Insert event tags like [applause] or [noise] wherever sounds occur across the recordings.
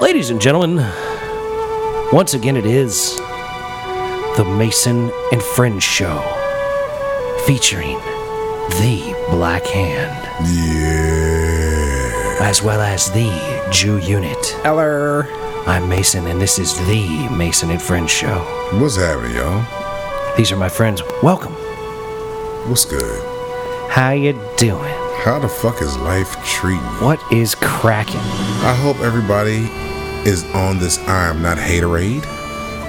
Ladies and gentlemen, once again it is the Mason and Friends Show featuring the Black Hand. As well as the Jew Unit. Eller. I'm Mason and this is the Mason and Friends Show. What's happening, y'all? These are my friends. Welcome. What's good? How you doing? How the fuck is life treating you? What is cracking? I hope everybody is on this I'm not haterade.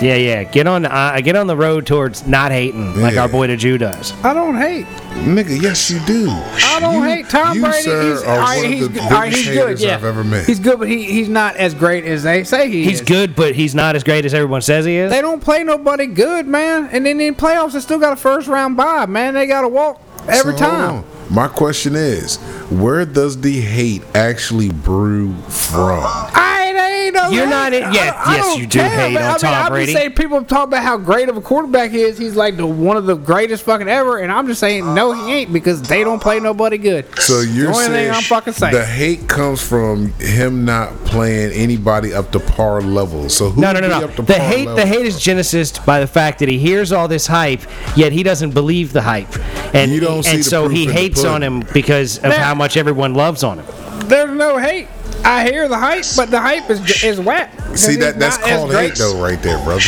Yeah, yeah. Get on, uh, get on the road towards not hating like Yeah. our boy the Jew does. I don't hate. Nigga, yes you do. I don't You- hate Tom you, Brady. Sir, he's, are all right, one he's, of the all right, biggest he's good. haters Yeah. I've ever met. He's good, but he, he's not as great as they say he He's is. good, but he's not as great as everyone says he is. They don't play nobody good, man. And then in the playoffs, they still got a first round bye, man. They got to walk every So, hold time. on. My question is, where does the hate actually brew from? I ain't, I ain't no You're hate. not in- I- yeah, I yes, don't you do care, hate but on I mean, Tom I'm Brady. just saying people talk about how great of a quarterback he is. He's like the one of the greatest fucking ever. And I'm just saying, no, he ain't because they don't play nobody good. So you're the only saying, thing I'm fucking saying. the hate comes from him not playing anybody up to par level. So who No, no, would no, be no. up to The par hate, level? the hate is genesis by the fact that he hears all this hype, yet he doesn't believe the hype, and You don't see and the so proof he in the hates pudding. on him because of Now- how much everyone loves on him. There's no hate. I hear the hype, but the hype is is whack. See It's that that's not as called great. hate though, right there, brother.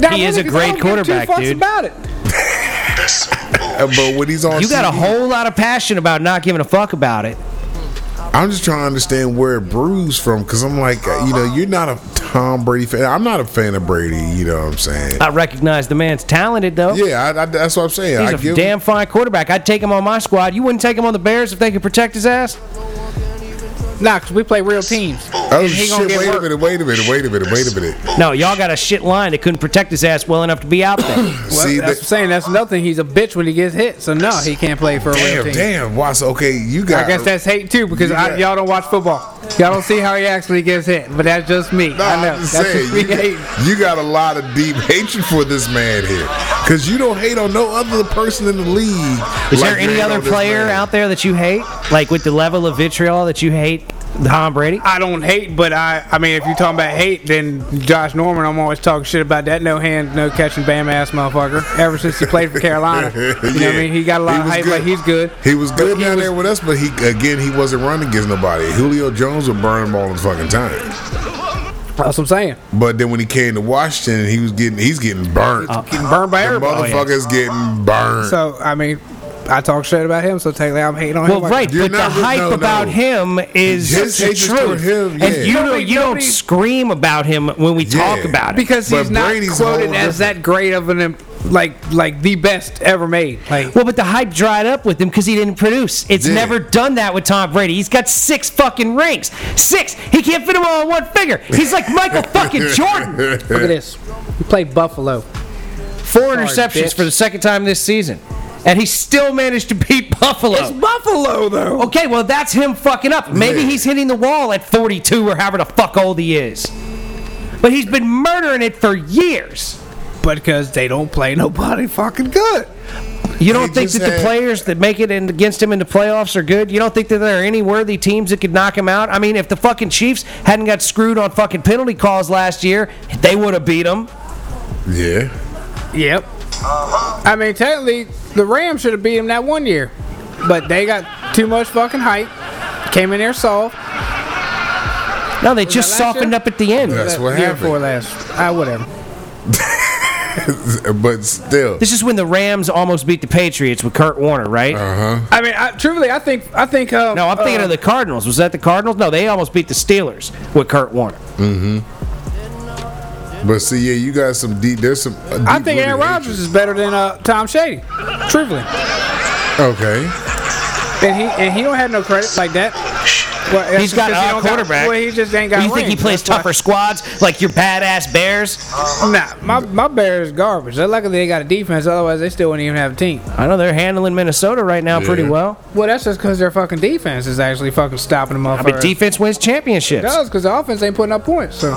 Now, He what is if a I great don't give two quarterback, fucks dude. About it. Uh, But when he's on, You got a TV, whole lot of passion about not giving a fuck about it. I'm just trying to understand where it brews from because I'm like, uh, you know, you're not a Tom Brady fan. I'm not a fan of Brady. You know what I'm saying? I recognize the man's talented though. yeah, I, I, that's what I'm saying. I He's a give damn fine quarterback. I'd take him on my squad. You wouldn't take him on the Bears if they could protect his ass. Nah, cause we play real teams. Oh And he shit! gonna get Wait a hurt. minute! Wait a minute! Wait a minute! Wait a minute! No, y'all got a shit line that couldn't protect his ass well enough to be out [clears throat] there. Well, See that's what I'm that? saying. That's another thing. He's a bitch when he gets hit. So no, he can't play for a real Damn! team. Damn! Watson. Okay, you I got. guess that's hate too because I, Yeah. y'all don't watch football. Y'all don't see how he actually gets hit. But that's just me. No, I know. I'm just that's saying, just me you, hating. got, you got a lot of deep hatred for this man here, because you don't hate on no other person in the league. Is like there you any hate other on this player man. out there that you hate? Like with the level of vitriol that you hate Tom Brady? I don't hate, but I I mean, if you're talking about hate, then Josh Norman, I'm always talking shit about that no hand, no catching, bam ass motherfucker. Ever since he played [laughs] for Carolina, you know what I Yeah. mean? He got a lot He of was hype, good. like he's good. He was good But he down was- there with us, but he again he wasn't running against nobody. Julio Jones would burn him all the fucking time. That's what I'm saying. But then when he came to Washington, he was getting he's getting burnt. Getting burned by the everybody. motherfucker's getting burnt. Uh, Oh, So I mean, I talk shit about him, so technically I'm hating on Well, him. like right, that. You're but the not- hype no, no. about him is His the hate is truth. toward him, yeah. And you don't, Nobody- you don't nobody- scream about him when we talk Yeah. about it. Because he's But not Brady's quoted whole as that great of an im- like like the best ever made. Like Well, but the hype dried up with him because he didn't produce. It's Yeah. never done that with Tom Brady. He's got six fucking rings. Six. He can't fit them all on one finger. He's like Michael [laughs] fucking Jordan. look at this. We played Buffalo. Four Sorry, interceptions bitch. for the second time this season. And he still managed to beat Buffalo. It's Buffalo though. Okay, well, that's him fucking up. Maybe Yeah. he's hitting the wall at 42 or however the fuck old he is. But he's been murdering it for years. But because they don't play nobody fucking good. You don't think just that the had- players that make it in, against him in the playoffs are good? You don't think that there are any worthy teams that could knock him out? I mean, if the fucking Chiefs hadn't got screwed on fucking penalty calls last year, they would have beat him. yeah. Yep. I mean, technically, the Rams should have beat him that one year, but they got too much fucking hype. Came in there soft. No, they just that last softened year? up at the end. That's what year happened. before last. Ah, whatever. But still, This is when the Rams almost beat the Patriots with Kurt Warner, right? Uh-huh. I mean, I, truthfully, I think I think. Um, No, I'm thinking uh, of the Cardinals. Was that the Cardinals? No, they almost beat the Steelers with Kurt Warner. but see, yeah, you got some deep. There's some. uh, I deep think Aaron rooted Rodgers is better than uh, Tom Shady. Truthfully, hatred. Okay. and he and he don't have no credit like that. Well, that's He's got because he a don't quarterback. well, he just ain't got. You think he rings. plays That's why- tougher squads like your badass Bears? Nah, my my Bears garbage. They're lucky they got a defense. Otherwise, they still wouldn't even have a team. I know they're handling Minnesota right now pretty Yeah. well. Well, that's just because their fucking defense is actually fucking stopping them I off. mean, defense wins championships. does because the offense ain't putting up points. So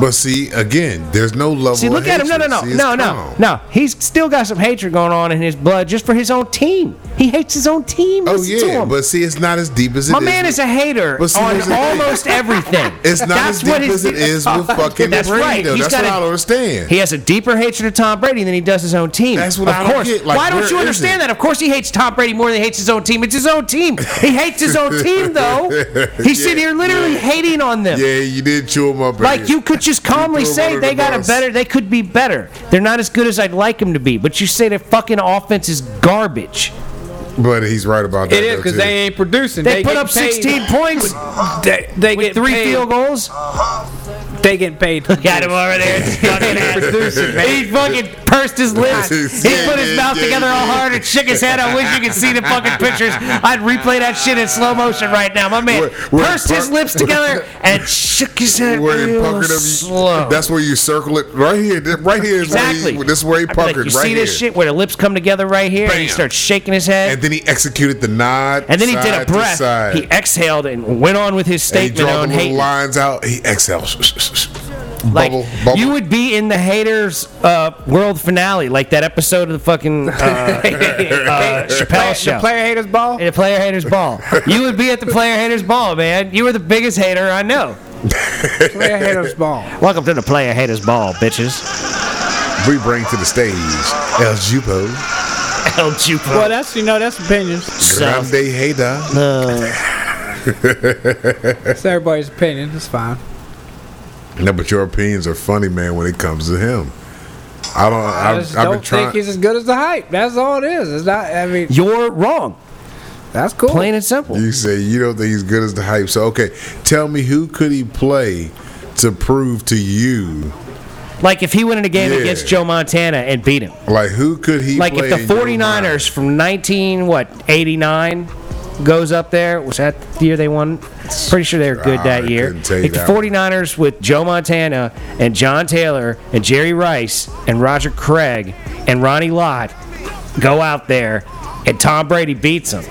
But see, again, there's no level. See, look of at him. No, no, hatred. no, See, it's no, no, calm. no. He's still got some hatred going on in his blood just for his own team. He hates his own team. Oh Listen to yeah, him. but see, it's not as deep as it is. my man is a hater But see, here's on the thing. almost everything. [laughs] It's not as what deep his- [laughs] as it is with fucking That's Brady. right. Though. He's That's got what a- I don't understand. He has a deeper hatred of Tom Brady than he does his own team. That's what of I don't course. get. Like, Why where don't you is understand it? that? Of course, he hates Tom Brady more than he hates his own team. It's his own team. He hates his own [laughs] team, though. He's Yeah, sitting here literally hating on them. yeah, you did chew him up. Like earlier. you could just calmly threw him say under they the got a bus. better, they could be better. They're not as good as I'd like them to be. But you say their fucking offense is garbage. but he's right about that. It is though, because too. they ain't producing. They, put get up paid. 16 points They, they with get three paid. field goals. They getting paid. [laughs] for Got him this. over there. It's fucking ass. Producing, He man. fucking pursed his lips. He put his mouth together all hard and shook his head. I wish you could see the fucking pictures. I'd replay that shit in slow motion right now. My man We're- we're pursed his pur- lips [laughs] together and shook his head Where it real puckered him, slow. That's where you circle it right here. Th- Right here is where Exactly. he, this is where he I'd be like, puckered. you right see here. this shit where the lips come together right here, and he Bam. starts shaking his head, And and, then he executed the nod. then he did a side to breath. side. He exhaled and went on with his And he statement draw the on little hate. lines out. He exhales. Like bubble, bubble. you would be in the haters' uh, world finale, like that episode of the fucking uh, [laughs] uh, Chappelle The show. player [laughs] haters ball. In a player haters ball. You would be at the player haters ball, man. You were the biggest hater I know. Player haters ball. Welcome to the player haters ball, bitches. we bring to the stage El Jupo, El Jupo. Well, that's you know that's [laughs] opinions. South. Grande Hater. It's everybody's opinion. It's fine. No, but your opinions are funny, man. When it comes to him, I don't. I I've, just I've been don't think trying. he's as good as the hype. That's all it is. It's not. I mean, You're wrong, that's cool. plain and simple. You say you don't think he's good as the hype. So okay, tell me who could he play to prove to you? Like if he went in a game Yeah. against Joe Montana and beat him. Like who could he? Like play if the in your 49ers from 19 what 89 goes up there, was that the year they won? Pretty sure they were good I that year. couldn't tell you If the that one. 49ers with Joe Montana and John Taylor and Jerry Rice and Roger Craig and Ronnie Lott go out there and Tom Brady beats them.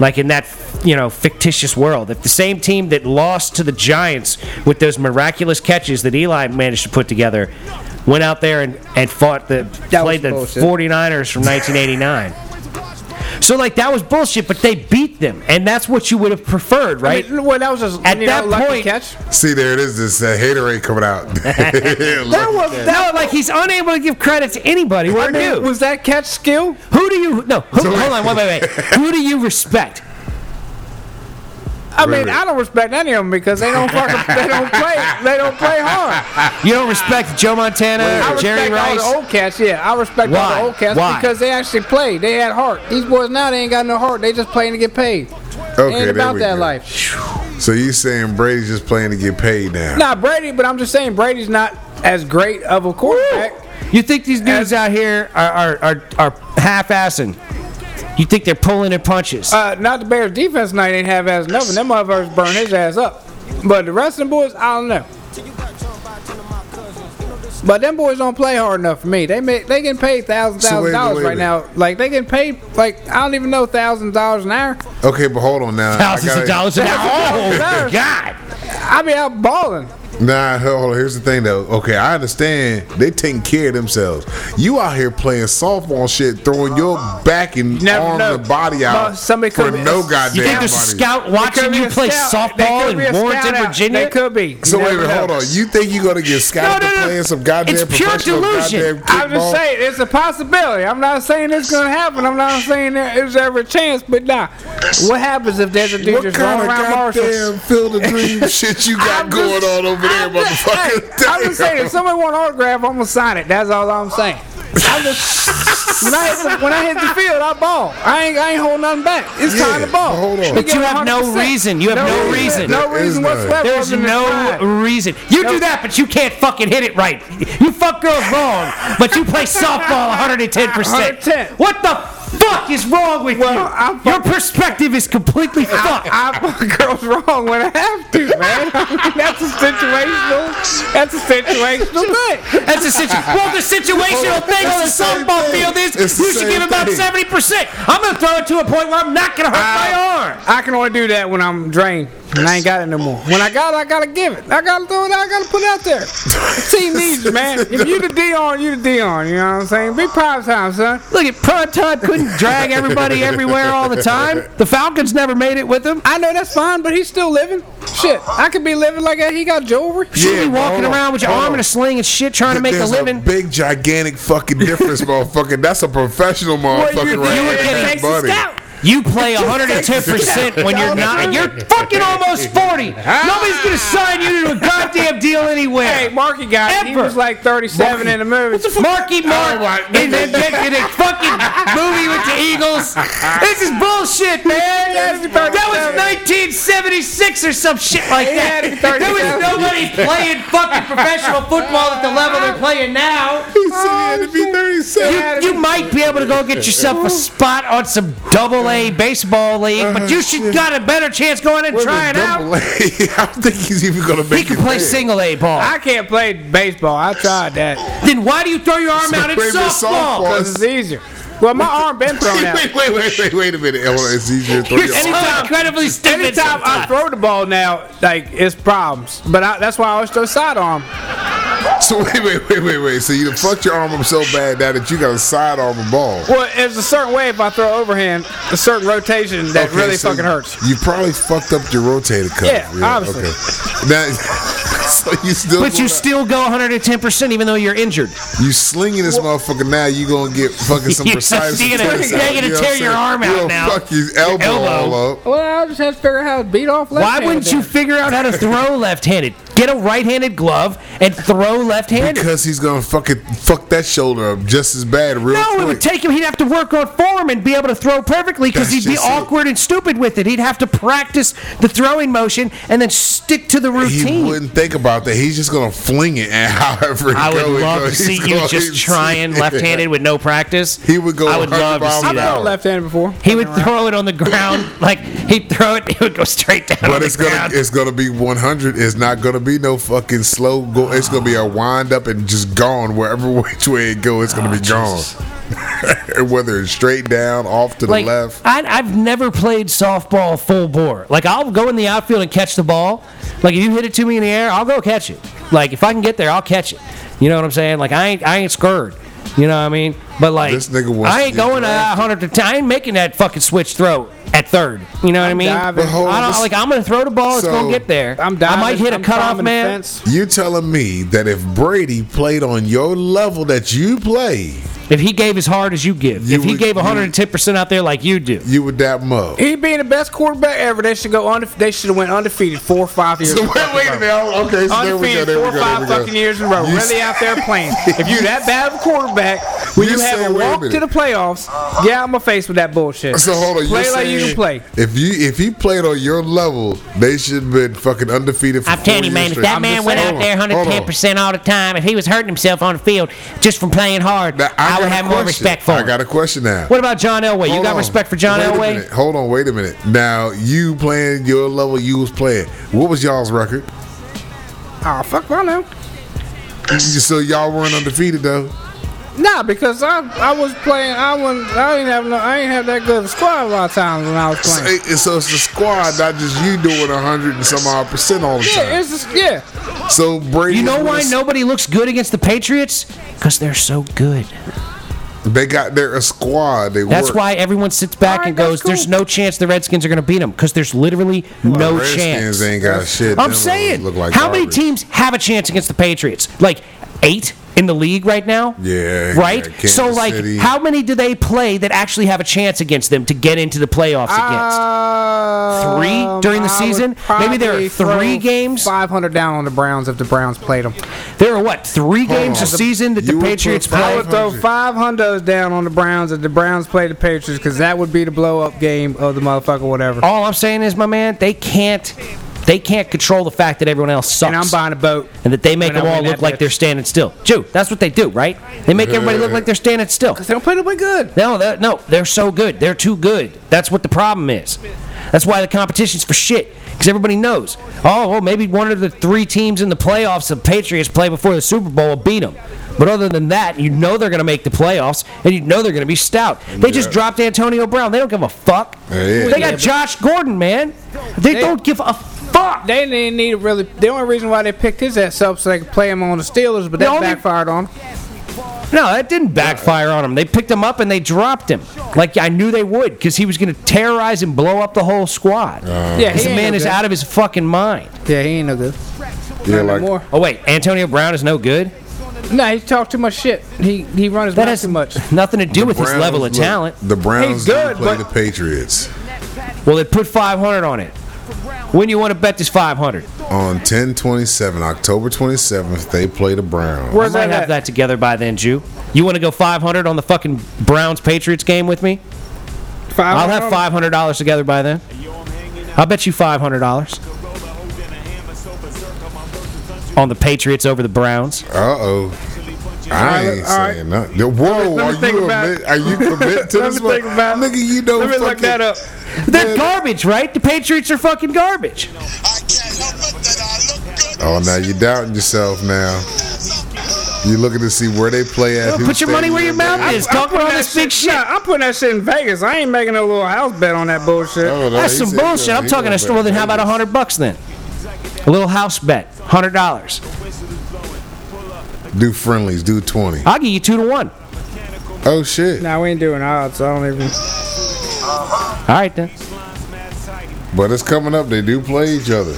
Like in that you know fictitious world, if the same team that lost to the Giants with those miraculous catches that Eli managed to put together went out there and, and fought the That played the was bullshit. 49ers from 1989. So like that was bullshit, but they beat them, and that's what you would have preferred, I right? mean, well, that was just At you know, that lucky point- catch. See, there it is. This uh, hater ain't [laughs] coming out. [laughs] That was that no, like he's unable to give credit to anybody. I We're mean, new. was that catch skill? who do you no? Who, So- hold on, wait, wait, wait. who do you respect? I mean, Really? I don't respect any of them because they [laughs] don't fucking, they don't play they don't play hard. You don't respect Joe Montana, I Jerry respect Rice. all the old cats. Yeah, I respect all Why? the old cats Why? because they actually played. They had heart. These boys now they ain't got no heart. They just playing to get paid. Okay, ain't there about we that go. life. So you saying Brady's just playing to get paid now? Not Brady, but I'm just saying Brady's not as great of a quarterback. You think these dudes As- out here are are, are, are half assing? You think they're pulling their punches? Uh, not the Bears defense night ain't have ass nothing. Them motherfuckers burn his ass up. But the rest of them boys, I don't know. But them boys don't play hard enough for me. They make, they getting paid thousands So wait a thousand minute, dollars wait a right minute. now. Like they getting paid like I don't even know thousand dollars an hour. Okay, but hold on now. I Thousands gotta- of dollars an [laughs] hour. Oh Thousands of my dollars. God! I be out balling. Nah, hold on. Here's the thing, though. Okay, I understand they taking care of themselves. You out here playing softball shit, throwing your back and Never arm know. and body out Well, somebody for could be- no You goddamn You think there's a body. scout They could watching be you a play scout. They softball could be a in scout Warrenton, out. Virginia? They could be. So You wait, never wait, know. hold on. You think you gonna get scouted No, no, for no. playing some goddamn It's pure professional delusion. goddamn I'm just kickball? saying it's a possibility. I'm not saying it's gonna happen. I'm not saying there is ever a chance, but nah. What happens if there's a dude What just kind running of around Marshall? goddamn field [laughs] of dreams shit you got I'm going just- on over there, I'm just- motherfucker? hey, I'm just [laughs] saying, if somebody want an autograph, I'm gonna sign it. That's all I'm saying. I'm just when I hit the, when I hit the field, I ball. I ain't I ain't holding nothing back. It's Yeah, time to ball. but hold on. We But give you it have no 100%. reason. You have no reason. No There is reason none. whatsoever. There's other than pride. no reason. You do Nope. that, but you can't fucking hit it right. You fuck girls wrong, but you play [laughs] softball 110 110. percent. What the fuck is wrong with Well, you? I'm Your perspective is completely fucked. [laughs] I fuck girls wrong when I have to, man. I mean, that's a situational That's a situational thing. That's a situ- Well, the situational things in the It's the same softball thing. field is It's the you should same give about thing. seventy percent. I'm gonna throw it to a point where I'm not gonna hurt my arm. I can only do that when I'm drained and I ain't got it no more. When I got it, I gotta give it. I gotta throw it. out, I gotta put it out there. The team needs you, man. If you the Dion, you the Dion. You know what I'm saying? Be prime time, son. Look at Prime Time [laughs] couldn't drag everybody everywhere all the time. The Falcons never made it with him. I know that's fine, but he's still living. Shit, I could be living like that. He got jewelry. You Yeah, be but walking hold on, around with your hold arm on. in a sling and shit, trying to make a There's living. big, gigantic fucking difference, motherfucker. That's a professional motherfucker you- you right were there, getting that's Texas buddy. Scout. You play 110% when you're not. You're fucking almost 40. Ah. Nobody's going to sign you to a goddamn deal anywhere. Hey, Marky got it. He Ever. was like 37 in the movie. Marky Mark Oh, my- is injected a fucking movie with the Eagles. This is bullshit, man. That was 1976 or some shit like that. There was nobody playing fucking professional football at the level they're playing now. He said he had to be 37. [laughs] You, you might be able to go get yourself a spot on some double A baseball league, but you should got a better chance going and trying out. Double A. [laughs] I don't think he's even going to make He can it play there. [laughs] single A ball. I can't play baseball. I tried that. Then why do you throw your arm out in Maybe softball? softball. Because it's easier. Well, my arm [laughs] been thrown out. Wait, wait, wait, wait, wait a minute. Hold on, It's easier to throw You're your arm. so incredibly stupid. Anytime I sometimes. throw the ball now, like, it's problems. But I, that's why I always throw sidearm. [laughs] So wait, wait, wait, wait, wait. So you done fucked your arm up so bad now that you got a sidearm a ball. Well, there's a certain way if I throw overhand, a certain rotation that Okay, really so fucking hurts. You probably fucked up your rotator cuff. Yeah, obviously. Okay. Now, [laughs] so you still, But you gonna- still go 110% even though you're injured. you slinging this motherfucker now. You gonna get [laughs] fucking some You're precise. gonna- points you're out, gonna you know tear what I'm your saying? arm You out gonna now. Fuck his elbow, elbow. all up. Well, I just have to figure out how to beat off left Why wouldn't you figure out how to throw left-handed? Get a right-handed glove and throw left-handed. Because he's gonna fucking fuck that shoulder up just as bad, real No, quick. it would take him. He'd have to work on form and be able to throw perfectly because That's he'd be just it. awkward and stupid with it. He'd have to practice the throwing motion and then stick to the he routine. wouldn't think about that. He's just gonna fling it and [laughs] however. It I would go, it love go. to [laughs] see He's you going just to- [laughs] trying left-handed with no practice. He would go I would 100 love to miles see an that. hour. left handed before? He would throw it on the ground [laughs] like he'd throw it. It would go straight down on But the it's gonna ground. it's gonna be 100. It's not gonna be no fucking slow go. It's gonna [sighs] be a wind up and just gone wherever [laughs] which way it go. It's gonna Ah, be gone. [laughs] Whether it's straight down, off to the like left. I, I've never played softball full bore. Like I'll go in the outfield and catch the ball. Like if you hit it to me in the air, I'll go catch it. Like if I can get there, I'll catch it. You know what I'm saying? Like I ain't I ain't scared. You know what I mean? But like This nigga wants I to ain't get going to drafted. 100 to 10. I ain't making that fucking switch throw at third. You know what i mean? diving. But hold on, I don't, this- like I'm gonna throw the ball. it's So, gonna get there. I'm diving. I might hit a I'm cutoff climbing the man. fence. You telling me that if Brady played on your level that you play, If he gave as hard as you give, You if he would- gave you- 110 percent out there like you do, you would dap him up? He being the best quarterback ever, they should go undefe- They should have went undefeated four or five years. So in wait, fucking wait row. a minute. Okay, so there we go. Undefeated There we go. there four or we five go. fucking years in a row, You really out there playing. If you that bad of a quarterback, when You you, have said, a wait a walk to minute. the playoffs, yeah, I'm going to face with that bullshit. [laughs] So hold on. play you're like you saying can play. If you if he played on your level, they should have been fucking undefeated. For I'm telling you, four man, years if straight. that I'm man just- went hold out there on, hold on. 110% all the time, if he was hurting himself on the field just from playing hard, Now, I, got would a have more question. respect for I him. got a question now. what about John Elway? you Hold got on. respect for John Wait a Elway? minute. Hold on, wait a minute. Now you playing your level, you was playing. What was y'all's record? Oh, fuck, I know. So y'all weren't undefeated though. Nah, because I I was playing. I wasn't. I didn't have no. I ain't have that good of a squad a lot of times when I was So, playing. it- so it's the squad, not just you doing hundred and some odd percent all the Yeah, time. it's just yeah. So Brady, You know was- why nobody looks good against the Patriots? Because they're so good. They got their a squad. They That's work. why everyone sits back All right, and goes, that's cool. there's no chance the Redskins are going to beat them because there's literally no Redskins chance. ain't got shit. I'm Them saying, look like how many garbage. teams have a chance against the Patriots? Like eight in the league right now. Yeah, Right. yeah, Kansas so, like, City. how many do they play that actually have a chance against them to get into the playoffs Uh, against? Three Uh, during the season? Maybe there are three games? Five hundred down on the Browns if the Browns played them. There are what three games on. a season that You the would put Patriots I play. would throw 500. five hundos down on the Browns if the Browns played the Patriots because that would be the blow up game of the motherfucker whatever. All I'm saying is, my man, they can't. They can't control the fact that everyone else sucks. And I'm buying a boat. and that they make When I them all win that look like bitch. they're standing still. Jew, that's what they do, right? They make everybody look like they're standing still. They don't play the way good. No, they're, no, they're so good. They're too good. That's what the problem is. That's why the competition's for shit. Because everybody knows. Oh, well, maybe one of the three teams in the playoffs the Patriots play before the Super Bowl will beat them. But other than that, you know they're going to make the playoffs, and you know they're going to be stout. They just Yeah. dropped Antonio Brown. They don't give a fuck. Yeah, yeah. They Yeah, got but- Josh Gordon, man. They, They- don't give a fuck. They didn't need to really. The only reason why they picked his ass up so they could play him on the Steelers, but The that only- backfired on him. No, that didn't backfire on him. They picked him up and they dropped him. Like I knew they would, because he was going to terrorize and blow up the whole squad. Yeah, This he ain't man no is good. out of his fucking mind. Yeah, he ain't no good. Yeah, Not like anymore. Oh wait, Antonio Brown is no good. No, he talked too much shit. He he runs That mouth has too much. nothing to do with his Browns- level of look, talent. The Browns He's good, didn't play but- the Patriots Well, they put 500 on it. When do you want to bet this 500? on 10-27, October 27th. They play the Browns. I Where's might that? have at? that together by then, Jew. You want to go 500 on the fucking Browns Patriots game with me? Five I'll have $500 together by then. I'll bet you $500 on the Patriots over the Browns. Uh oh. I right, ain't all right. saying nothing. Whoa, let me are think you, about commit, it. [laughs] are you commit to Let this me one? think about it. Nigga, you know Let me fucking, look that up. They're garbage, right? The Patriots are fucking garbage. I can't help it that I look good. Oh, now you're doubting yourself now. you looking to see where they play at. Well, who put your money where your stadium mouth they- is. Talk putting about that this big shit. Nah, I'm putting that shit in Vegas. I ain't making a little house bet on that bullshit. Oh, no, That's he some said, bullshit. yeah, I'm he talking gonna a store. bet Then how about a Vegas. hundred bucks then? A little house bet, hundred dollars. Do friendlies, do 20. I'll give you two to one. Oh, shit. Nah, we ain't doing odds. I don't even. [laughs] All right then. But it's coming up. They do play each other.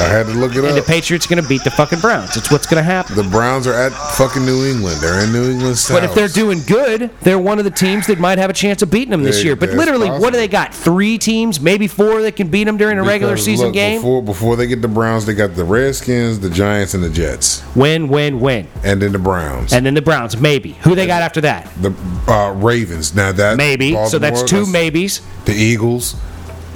I had to look it And the up. Patriots are gonna beat the fucking Browns. It's what's gonna happen. The Browns are at fucking New England. They're in New England. But if they're doing good, they're one of the teams that might have a chance of beating them this Yeah, year. But that's literally, what do possible. they got? Three teams, maybe four that can beat them during a regular Because, season look, game. Before, before they get the Browns, they got the Redskins, the Giants, and the Jets, win, win, win, and then the Browns. and then the Browns. Maybe who they got after that? the uh, Ravens. Now that Maybe. So that's Baltimore, two maybes. The Eagles.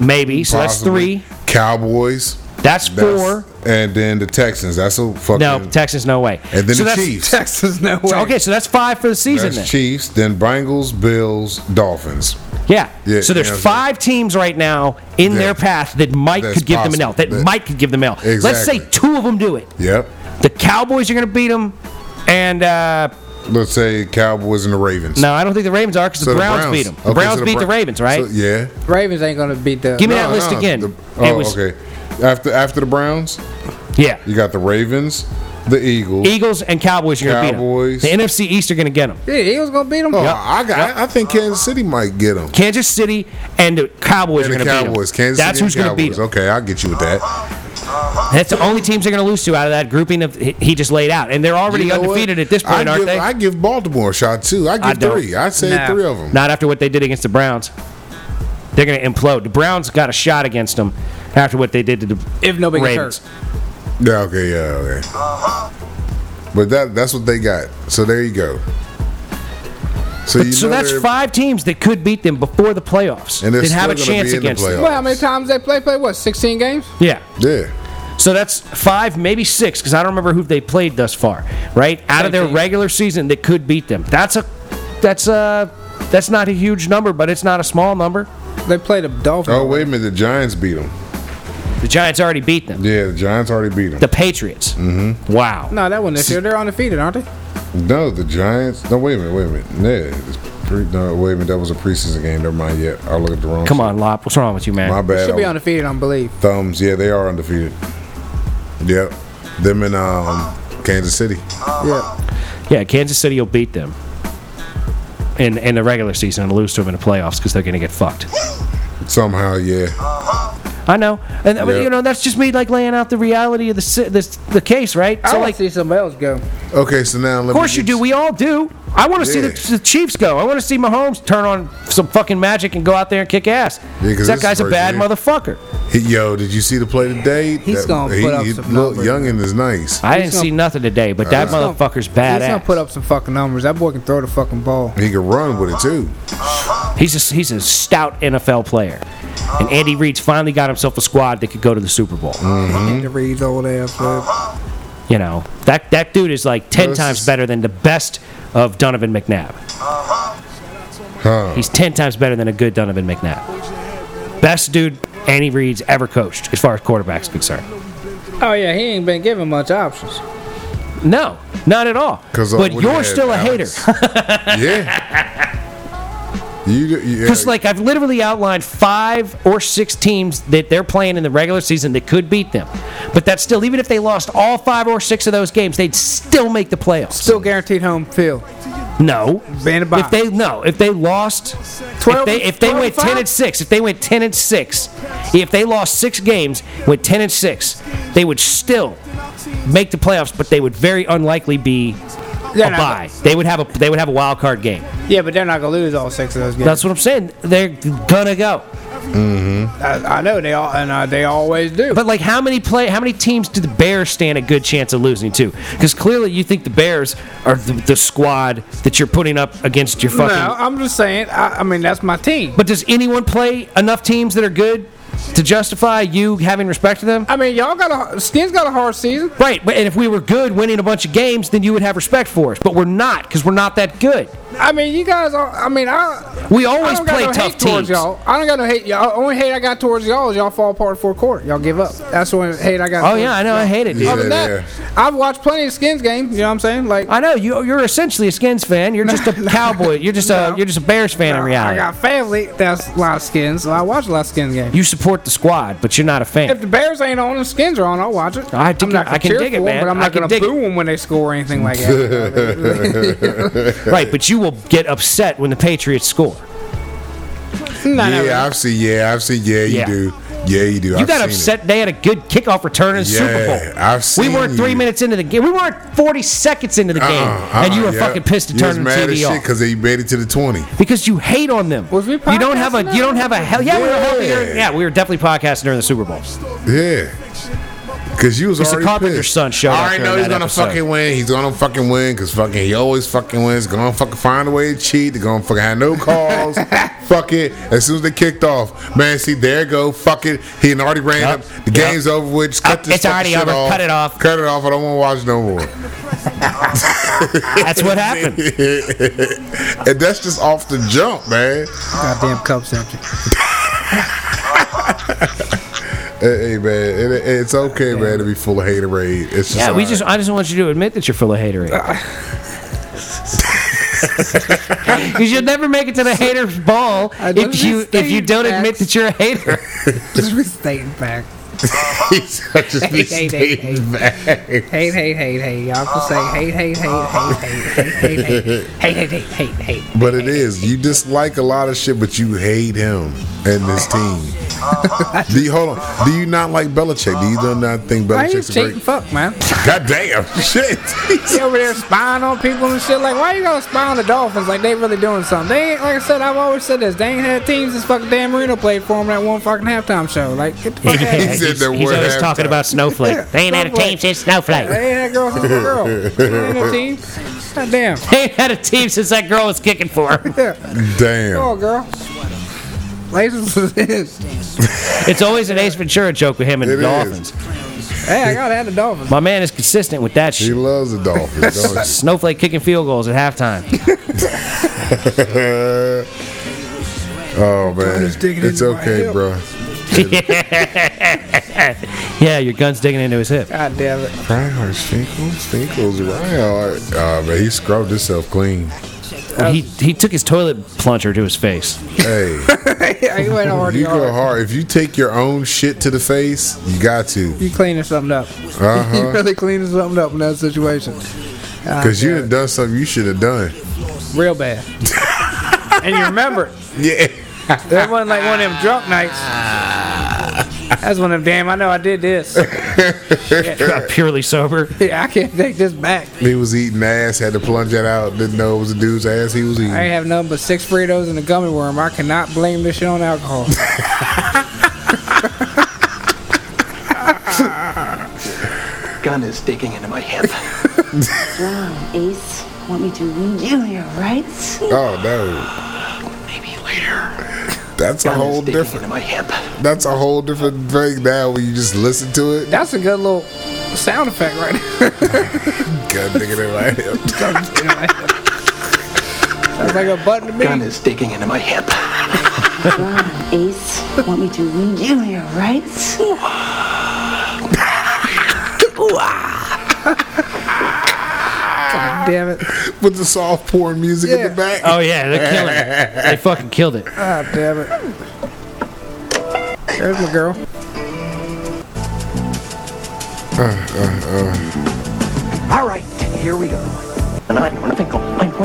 Maybe. So that's possibly. three. Cowboys. That's That's- four. And then the Texans. That's a fucking. No, Texans, no way. and then So the that's- Chiefs. Texas, no way. Okay, so that's five for the season That's then. Chiefs. Then Bengals, Bills, Dolphins. Yeah. Yeah, so there's yeah, that's five teams right now in Yeah. their path that might That's could give them an possible. L. That, That- might could give them an L. Let's say Exactly. two of them do it. Yep. The Cowboys are going to beat them, and uh, Let's say Cowboys and the Ravens. no, I don't think the Ravens are because So the, Browns beat them. The Okay, Browns so beat the Bra- Ravens, right? so- yeah. Ravens ain't gonna beat the. give me that list again. the- it oh, was okay. After after the Browns, yeah. you got the Ravens, the Eagles. Eagles and Cowboys are going to beat them. Cowboys. The NFC East are going to get them. Yeah, he was gonna beat them. Oh, I got. I, I think Kansas City might get them. Kansas City and the Cowboys And are going to beat the them. Cowboys, Kansas That's City who's and going to beat Cowboys. them. Okay, I'll get you with that. That's the only teams they're going to lose to out of that grouping of he just laid out, and they're already You know what? undefeated at this point, I aren't give, they? I give Baltimore a shot too. I give I don't. three. I say Nah. three of them. Not after what they did against the Browns. They're going to implode. The Browns got a shot against them after what they did to the If nobody gets Ravens. hurt. Yeah. Okay. Yeah. Okay. But that that's what they got. So there you go. So you So know that's they're- five teams that could beat them before the playoffs. And that they're have a still gonna chance be in the against them. playoffs. Well, how many times they play? Play what? 16 games? Yeah. Yeah. So that's five, maybe six, because I don't remember who they played thus far. Right out of their Nineteen. regular season, that could beat them. That's a, that's a, that's not a huge number, but it's not a small number. They played the Dolphins. Oh wait a minute. The Giants beat them. The Giants already beat them. Yeah. The Giants already beat them. The Patriots. Mm-hmm. Wow. No, that one this year. They're undefeated, aren't they? No, the Giants. No, wait a minute, wait a minute. Yeah, it's pre, no, wait a minute. That was a preseason game. Never mind yet. I look at the wrong. Come on, Lop. What's wrong with you, man? my bad. Should be I- undefeated, I believe. Thumbs. Yeah, they are undefeated. Yep, them in um, Kansas City. Yeah. Yeah, Kansas City will beat them in in the regular season and lose to them in the playoffs because they're going to get fucked. Somehow, yeah. I know, and I mean, Yeah. you know that's just me like laying out the reality of the si- this, the case, right? I So want like, to see somebody else go. Okay, so now let of course you do. We all do. I want to see Yeah. the, the Chiefs go. I want to see Mahomes turn on some fucking magic and go out there and kick ass. 'cause that this guy's a is bad Virginia. motherfucker. yo, did you see the play today? He's gonna put up some look, numbers. Youngin is nice. I He's didn't gonna- see nothing today, but that gonna- motherfucker's He's gonna badass. put up some fucking numbers. That boy can throw the fucking ball. he can run with it too. He's a, he's a stout NFL player, and Andy Reid's finally got himself a squad that could go to the Super Bowl. Andy Reid's old ass. man. You know that that dude is like ten This times is- better than the best of Donovan McNabb. Huh? He's ten times better than a good Donovan McNabb. Best dude Andy Reid's ever coached, as far as quarterbacks concerned. Oh yeah, he ain't been given much options. No, not at all. 'Cause, uh, but what do you you're have, still a Alex? hater. Yeah. [laughs] You, yeah. Just like I've literally outlined five or six teams that they're playing in the regular season that could beat them. But that's still, even if they lost all five or six of those games, they'd still make the playoffs. Still guaranteed home field. No. Band about. If they no, if they lost, if 12 they, if they went 12 ten and six, if they went ten and six, if they lost six games, went ten and six, they would still make the playoffs, but they would very unlikely be They're a not- bye. They would have a they would have a wild card game. Yeah, but they're not gonna lose all six of those games. That's what I'm saying. They're gonna go. I, I know they all, and uh, they always do. But like, how many play? How many teams do the Bears stand a good chance of losing to? Because clearly, you think the Bears are the, the squad that you're putting up against your fucking. no, I'm just saying. I, I mean, that's my team. But does anyone play enough teams that are good to justify you having respect for them? I mean, y'all got a skins got a hard season. Right, but and if we were good winning a bunch of games, then you would have respect for us. But we're not because we're not that good. I mean, you guys are. I mean, I. We always I don't got play no tough hate teams. towards y'all. I don't got no hate. Y'all only hate I got towards y'all is y'all fall apart fourth quarter. Y'all give up. That's the only hate I got. Oh towards yeah, I know. y'all. I hate it, dude. Yeah. Other than that, I've watched plenty of skins games. You know what I'm saying? Like I know you. You're essentially a Skins fan. You're [laughs] just a Cowboy. You're just a. No. You're just a Bears fan in I reality. got family. That's a lot of skins. So I watch a lot of skins games. you support the squad, but you're not a fan. If the Bears ain't on and skins are on, I'll watch it. I dig I'm not it. gonna I can cheer dig it, for 'em, man. But I'm I not can gonna dig it. boo them when they score or anything like that. Right, but you will get upset when the Patriots score. Not yeah, ever. I've seen. Yeah, I've seen. Yeah, you Yeah. do. Yeah, you do. You I've got seen it. upset. They had a good kickoff return in the Super Yeah, Bowl. I've seen we weren't three you. minutes into the game. We weren't 40 seconds into the Uh-uh, game, uh-uh, and you were yeah. fucking pissed to You was turn the mad TV as shit off because they made it to the twenty. because you hate on them. Was we you don't have a. podcasting You don't have a. Hell, yeah, we were Yeah. healthier. Yeah, we were definitely podcasting during the Super Bowl. Yeah. Cause you was It's the already Carpenter's pissed. son showed up I already during know he's that gonna episode. fucking win. He's gonna fucking win because fucking he always fucking wins. Gonna fucking find a way to cheat. They're gonna fucking have [laughs] no calls. Fuck it. As soon as they kicked off, man, see there go. Fuck it. He had already ran Yup, up. The yup. game's over with. Just cut Uh, this it's already fucking shit over. Cut it off. Cut it off. I don't want to watch no more. That's what happened. [laughs] and that's just off the jump, man. Goddamn Cubs empty. Hey, hey, man, it, it's okay, man, to be full of haterade. It's just Yeah, we alright. just. I just want you to admit that you're full of hater. Uh, [laughs] Because you'll never make it to the haters ball I don't if you if you understand don't admit facts. that you're a hater. Just restating back. [laughs] I just Hey, hey, hey, hey. stayed back. Hate, hate, hate, hate. Y'all can say hate, hate, hate, hate, hate, hate, hate, hate, hate, hate, hate, hate. But it is. You dislike a lot of shit, but you hate him and his team. [laughs] do you, hold on. Do you not like Belichick? Do you do not think Why you Belichick's a cheating? great? Fuck, man. [laughs] God damn shit. You over there spying on people and shit. Like, why you gonna spy on the Dolphins? Like, they really doing something. They ain't, like I said, I've always said this. They ain't had teams this fucking Dan Marino played for them that one fucking halftime show. Like, get [laughs] the fuck out [laughs] of He here. said he's that he's word always halftime. talking about Snowflake. [laughs] They ain't had a team since Snowflake. They ain't had girls since a girl. [laughs] They ain't no team. God damn. They ain't had a team since that girl was kicking for him. Yeah. Go on, Damn. girl. Lasers is in. It's always an Ace Ventura joke with him and It the is. Dolphins. Hey, I gotta have the Dolphins. My man is consistent with that He shit. loves the Dolphins. don't he? Snowflake kicking field goals at halftime. [laughs] oh man, is digging it's into my okay, hip. bro. yeah, your gun's digging into his hip. God damn it. Reinhardt Stinkles, Stinkles, Reinhardt. Oh man, he scrubbed himself clean. He he took his toilet plunger to his face. Hey, [laughs] yeah, you went hard. you You, go hard. hard. If you take your own shit to the face, you got to. you cleaning something up. [laughs] you Uh huh. really cleaning something up in that situation. God Because you damn done done something you should have done. it. real [laughs] bad. and you remember it. Yeah. That wasn't like one of them drunk nights. That's one of them damn. I know I did this. [laughs] Got Uh, purely sober. Yeah, I can't take this back. He was eating ass, had to plunge that out, didn't know it was a dude's ass he was eating. I ain't have nothing but six Fritos and a gummy worm. I cannot blame this shit on alcohol. gun is digging into my [laughs] hip. John, Um, Ace, want me to read you your rights? Oh no. Maybe later. That's a Gun is whole digging different into my hip. that's a whole different thing now when you just listen to it. That's a good little sound effect right there. God nigga that right hip. Sounds like a button to me. Gun is digging into my hip. Ron, Ace, want me to read you your rights? Damn it. [laughs] with the soft porn music in Yeah. Uh, the back. Oh yeah, they're killing it. [laughs] They fucking killed it. Ah, damn it. There's my girl. All right, here we go. And I don't think I'll- I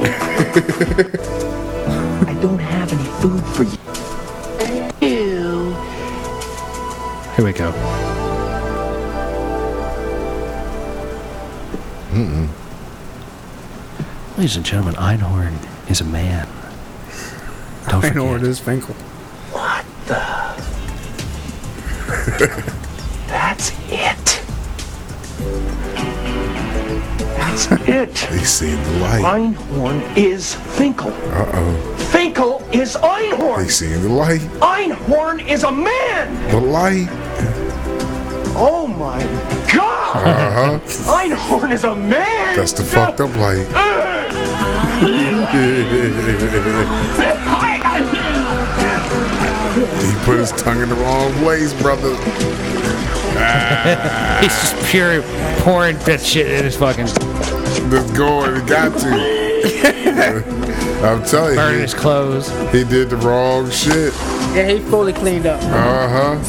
[laughs] I don't have any food for you. Ew. Here we go. Mm-hmm. Ladies and gentlemen, Einhorn is a man. Don't I know it forget. is Finkel. What the? [laughs] That's it. That's it. They seen the light. Einhorn is Finkel. Uh oh. Finkel is They Einhorn. seen the light. Einhorn is a man. The light. Oh my God. Uh huh. Einhorn is a man. That's the fucked up light. he put his tongue in the wrong place, brother. He's just pure pouring that shit in his fucking Just going. He got to. I'm telling burning you, his clothes. he did the wrong shit. Yeah, he fully cleaned up. Uh huh.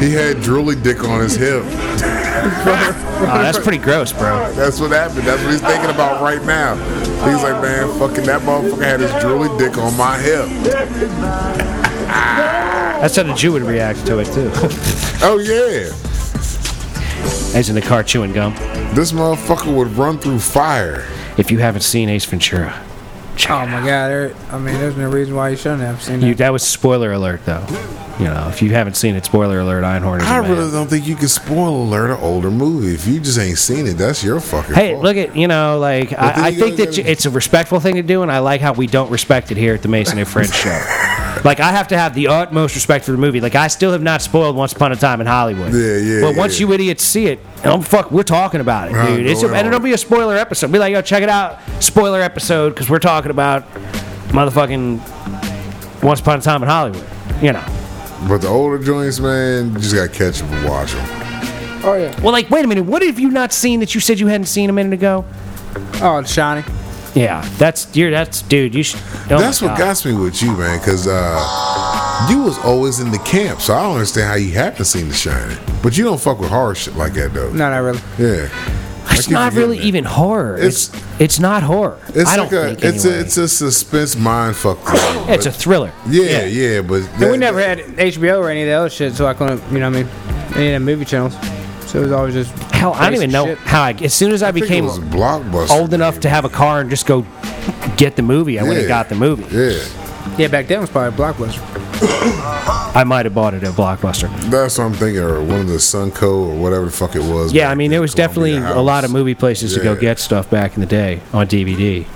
He had drooly dick on his hip. Oh, that's pretty gross, bro. That's what happened. That's what he's thinking about right now. He's like, man, fucking that motherfucker had his drooly dick on my hip. That's how the Jew would react to it too. [laughs] Oh yeah. He's in the car chewing gum. This motherfucker would run through fire. If you haven't seen Ace Ventura, check Oh it my out. god, there, I mean, there's no reason why you shouldn't have seen You, it. that was spoiler alert, though. You know, if you haven't seen it, spoiler alert. Einhorn is a I man. really don't think you can spoil alert an older movie. If you just ain't seen it, that's your fucking Hey, fault. look at you know, like then I, I you think gotta that get- it's a respectful thing to do, and I like how we don't respect it here at the Mason and French [laughs] show. Like I have to have the utmost respect for the movie. Like I still have not spoiled Once Upon a Time in Hollywood. Yeah, yeah, But once yeah. you idiots see it, oh fuck, we're talking about it, Nah, dude. It's a, going and it'll on. be a spoiler episode. Be like, yo, check it out, spoiler episode, because we're talking about motherfucking Once Upon a Time in Hollywood. You know. But the older joints, man, you just gotta catch them and watch them. Oh yeah. Well, like, wait a minute. What have you not seen that you said you hadn't seen a minute ago? Oh, it's shiny. Yeah, that's dear. That's dude. You should. oh my that's what God. got me with you, man, because uh, you was always in the camp, so I don't understand how you haven't seen The Shining. But you don't fuck with horror shit like that, though. No, not really. Yeah. I It's keep not forgetting really that. even horror. It's It's- it's, not horror. It's I don't like a think it's anyway. a it's a suspense mind fuck. [laughs] thing, It's a but- thriller. yeah, yeah, but And we that- never had HBO or any of the other shit, so I couldn't, you know what I mean, any of the movie channels. So it was always just. Hell, I don't even know Shit. how. I, as soon as I, I think it became was blockbuster old enough to have a car and just go get the movie, I would Yeah. have got the movie. Yeah, Yeah, back then it was probably Blockbuster. I might have bought it at Blockbuster. that's what I'm thinking, or one of the Sunco or whatever the fuck it was. Yeah, back I mean in there was Columbia definitely a lot of House. movie places to go Yeah. get stuff back in the day on DVD.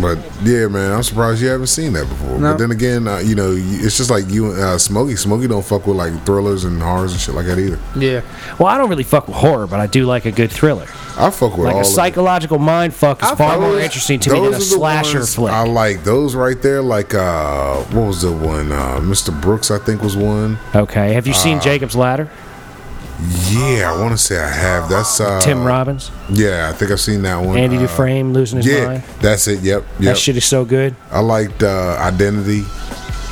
But yeah, man, I'm surprised you haven't seen that before. No. But then again, uh, you know, you- it's just like you and uh, Smokey. Smokey don't fuck with like thrillers and horrors and shit like that either. Yeah. Well, I don't really fuck with horror, but I do like a good thriller. I fuck with Like a all of it. psychological mind fuck is I far thought more those- interesting to me than are a the slasher ones flick. I like those right there. Like uh, what was the one? Uh, Mr. Brooks, I think, was one. okay, have you seen Uh, Jacob's Ladder? Yeah, I want to say I have. That's uh, Tim Robbins, Yeah, I think I've seen that one. Andy uh, Dufresne losing his Yeah, mind. that's it. Yep, yep. That shit is so good. I liked uh, Identity,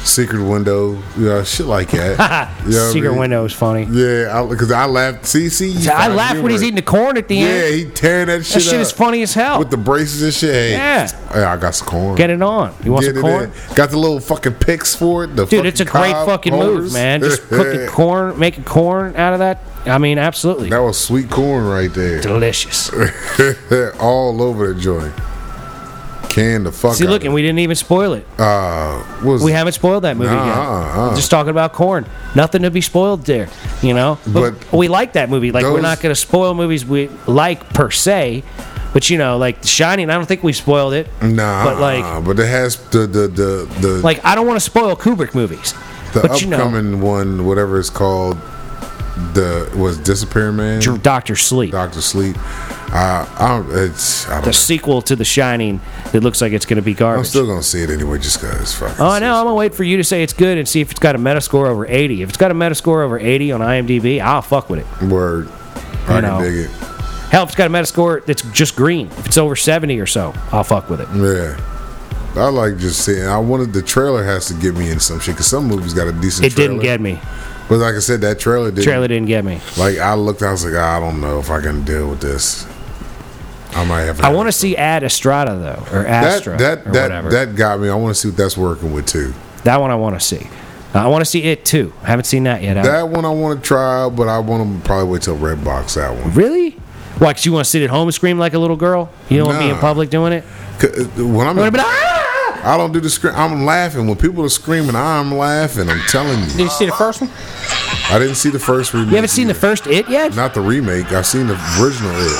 Secret Window, you know, shit like that. [laughs] You know what I Secret mean? window is funny. Yeah, because I, laughed. See, see, you I find laugh when he's humor. eating the corn at the Yeah, end. he tearing that shit. That shit up is funny as hell. with the braces and shit. Hey, Yeah. hey, I got some corn. Get it on. You want Get some it corn? in. Got the little fucking picks for it. The Dude, it's a fucking great cob fucking holders. move, man. [laughs] Just cooking corn, making corn out of that. I mean, absolutely. That was sweet corn right there. Delicious. [laughs] All over the joint. Can the fuck See, out look, of and it. we didn't even spoil it. uh, what was We haven't spoiled that movie Nah, yet. uh-uh. Just talking about corn. Nothing to be spoiled there, you know? But, But we like that movie. Like, we're those- not going to spoil movies we like per se. But, you know, like The Shining, I don't think we spoiled it. Nah, But, like, but it has the the the the, like I don't want to spoil Kubrick movies. the but, you know, upcoming one, whatever it's called, the was Disappear Man, Dr. Sleep. Doctor Sleep. I, I don't. It's. I The don't. sequel to The Shining that looks like it's going to be I'm garbage. still gonna see it anyway, just cause. Fucking Oh, I know. I'm gonna wait for you to say it's good and see if it's got a Metascore over 80. If it's got a Metascore over 80 on IMDb, I'll fuck with it. Word. I You can know. dig it. Hell, if it's got a Metascore that's just green, if it's over 70 or so, I'll fuck with it. Yeah. I like just seeing. I wanted the trailer has to get me in some shit because some movies got a decent. It didn't trailer. get me. But like I said, that trailer didn't. Trailer didn't get me. Like I looked, I was like, "Ah, I don't know if I can deal with this. I might have. I want to see Ad Estrada though, or that Astra, that or that whatever. That, that got me. I want to see what that's working with too. one I want to see. I want to see it too. I haven't seen that yet. I- That one I want to try, but I want to probably wait till Redbox that one. really? Why? Cause you want to sit at home and scream like a little girl? You don't want to be in Nah. public doing it? 'Cause, uh, When I'm, You wanna in, be like, "Ah!" I don't do the scream. I'm laughing when people are screaming. I'm laughing. I'm telling Did you. you see the first one? I didn't see the first remake. You haven't seen the first It yet? Not the remake. I've seen the original it,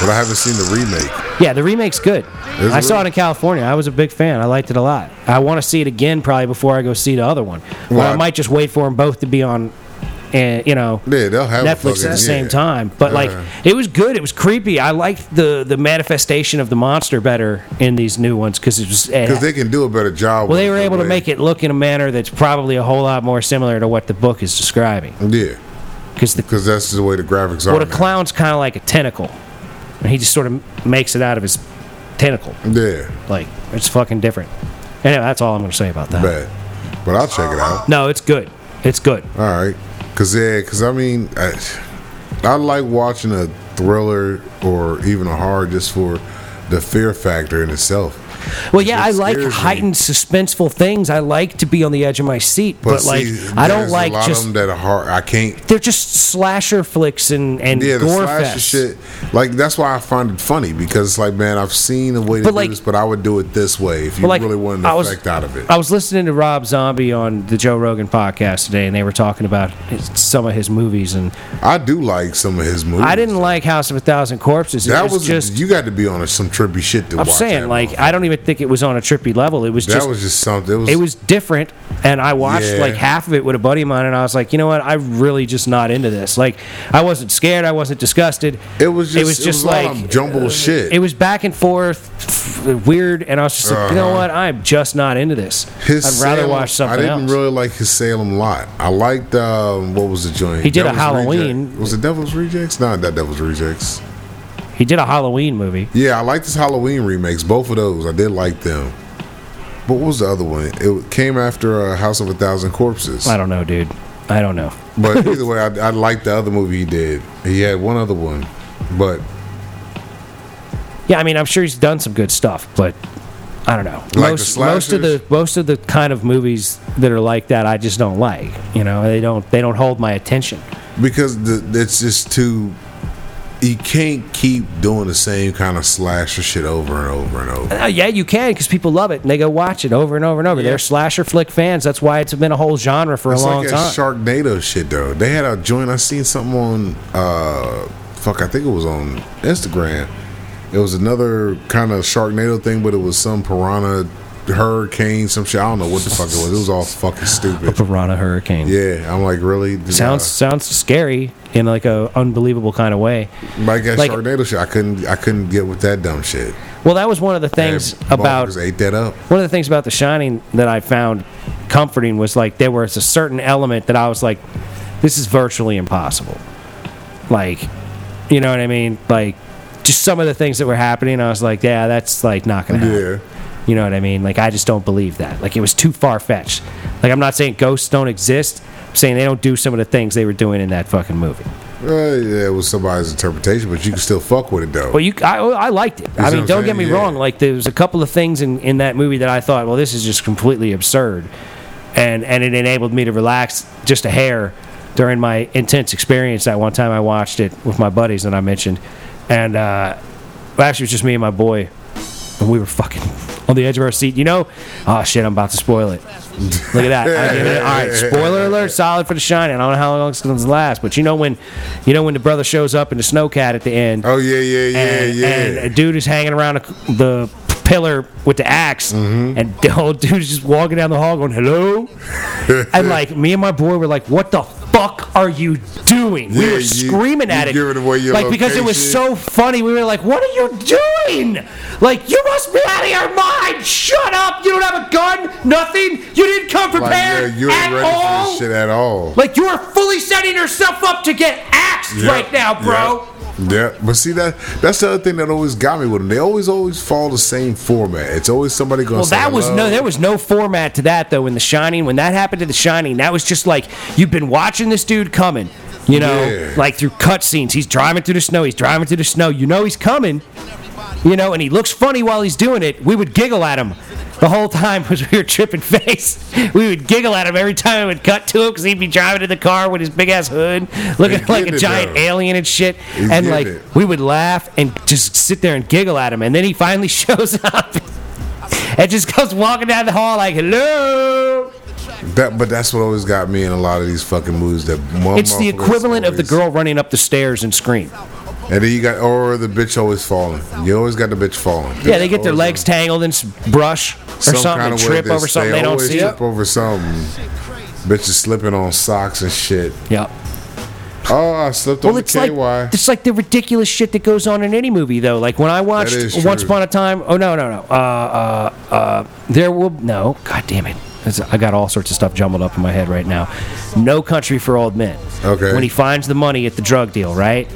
but I haven't seen the remake. Yeah, the remake's good. Is I it saw really? it in California. I was a big fan. I liked it a lot. I want to see it again probably before I go see the other one. Or I Right. might just wait for them both to be on, and you know, Yeah, they'll have a Netflix fucking- at the same yeah. time. But like, Uh-huh. it was good. It was creepy. I liked the the manifestation of the monster better in these new ones because it was. eh, Because they can do a better job. well, with they it were the able to way- make it look in a manner that's probably a whole lot more similar to what the book is describing. Yeah, Because the because that's the way the graphics are. well, the now. clown's kind of like a tentacle, and he just sort of makes it out of his tentacle. Yeah, Like it's fucking different. Anyway, that's all I'm gonna say about that. bad. But I'll check it out. No, it's good. It's good. All right, because yeah, because I mean, I, I like watching a thriller or even a horror just for the fear factor in itself. Well, yeah, It I like scares me. heightened suspenseful things. I like to be on the edge of my seat, but, like see, I don't there's like a lot just of them that are hard. I can't. they're just slasher flicks and and Yeah, the gore slasher fests. shit. Like that's why I find it funny because it's like, man, I've seen a way to But, do like- this, but I would do it this way if you But, like, really wanted I the was- effect out of it. I was listening to Rob Zombie on the Joe Rogan podcast today, and they were talking about his, some of his movies, and I do like some of his movies. I didn't like House of a Thousand Corpses. It That was, was just you got to be on some trippy shit to I'm watch. saying, that like motherfucker. I don't even think it was on a trippy level. It was that just was just something. It was, it was different and i watched Yeah. like half of it with a buddy of mine and i was like you know what i'm really just not into this like i wasn't scared i wasn't disgusted It was just, it was just a lot like uh, of jumble shit. it was back and forth f- weird and i was just like you know Uh-huh. what i'm just not into this His i'd rather Salem- watch something I didn't else really like his Salem lot. I liked um, what was the joint? He did a Devil's Halloween. Reject- Was it Devil's Rejects? No, not Devil's Rejects. he did a halloween movie Yeah, I liked his Halloween remakes. Both of those, I did like them. But what was the other one? It came after uh, House of a Thousand Corpses. i don't know dude i don't know But either way, I, I liked the other movie he did. He had one other one, but yeah i mean i'm sure he's done some good stuff but I don't know. the most, most of slashers? the most of the kind of movies that are like that, I just don't like. You know, they don't they don't hold my attention. because the, it's just too. You can't keep doing the same kind of slasher shit over and over and over. Uh, yeah, you can because people love it and they go watch it over and over and over. They're slasher flick fans. That's why it's been a whole genre for It's a long like time. that Sharknado shit though. They had a joint. I seen something on, uh, fuck, I think it was on Instagram. It was another kind of Sharknado thing, but it was some piranha hurricane, some shit. I don't know what the fuck it was. It was all fucking stupid. Piranha Hurricane. Yeah, I'm like really Did Sounds sounds scary in like a unbelievable kind of way. I, like that like- Sharknado shit. I couldn't I couldn't get with that dumb shit. Well, that was one of the things That about motherfuckers ate that up. one of the things about The Shining that I found comforting was like there was a certain element that I was like, this is virtually impossible. Like, you know what I mean? Like, just some of the things that were happening, I was like, yeah, that's like not gonna happen. Yeah. You know what I mean? Like I just don't believe that. Like it was too far fetched. Like I'm not saying ghosts don't exist. I'm saying they don't do some of the things they were doing in that fucking movie. Uh, yeah, it was somebody's interpretation, but you can still fuck with it though. But you, I, I liked it. what I mean, I'm don't get saying? me Yeah. wrong. Like there was a couple of things in in that movie that I thought, well, this is just completely absurd, and and it enabled me to relax just a hair during my intense experience. That one time I watched it with my buddies that I mentioned, and uh, well, actually it was just me and my boy, and we were fucking. [laughs] On the edge of our seat, you know. Oh shit! I'm about to spoil [laughs] it. Look at that. I give it- all right, spoiler alert. Solid for the shining. I don't know how long it's going to last, but you know when, you know when the brother shows up in the snowcat at the end oh yeah, yeah, yeah, and, yeah. and a dude is hanging around a, the pillar with the axe, Mm-hmm. and the old [laughs] dude's just walking down the hall going, hello? and like, me and my boy were like, what the fuck are you doing? we Yeah, were you- screaming at you it, giving away your like because it was location. so funny. We were like, "What are you doing? Like you must be out of your mind! Shut up! You don't have a gun, nothing. You didn't come Like, yeah, prepared you ain't at ready for all. this shit at all. Like you are fully setting yourself up to get axed Yep, right now, bro." Yep. yep. but see that that's the other thing that always got me with them. They always always follow the same format. It's always somebody going. Well, that was no. There was no format to that though. In The Shining, when that happened to The Shining, that was just like you've been watching this dude coming. You know, Yeah. like through cutscenes, he's driving through the snow. He's driving through the snow. You know he's coming. You know, and he looks funny while he's doing it. We would giggle at him the whole time [laughs] because we were tripping face. We would giggle at him every time it would cut to him because he'd be driving in the car with his big ass hood, looking He's like getting a it, giant though. alien and shit. He's and getting like it. we would laugh and just sit there and giggle at him. And then he finally [laughs] shows up and just goes walking down the hall like, "Hello." That, but that's what always got me in a lot of these fucking movies. That one It's the motherfucker's equivalent of the always- girl running up the stairs and scream. and then you got or the bitch always falling. You always got the bitch falling. Yeah, they get their Always legs tangled in some brush or some something kind and of way trip this- over something they don't always see. Trip over something. Bitches slipping on socks and shit. Yep. Oh, I slipped Well, on the it's KY. like it's like the ridiculous shit that goes on in any movie, though. Like when I is watched true. Once Upon a Time. Oh no, no, no. Uh, uh, uh, there will no. God damn it. It's- I got all sorts of stuff jumbled up in my head right now. No Country for Old Men. Okay. When he finds the money at the drug deal, right?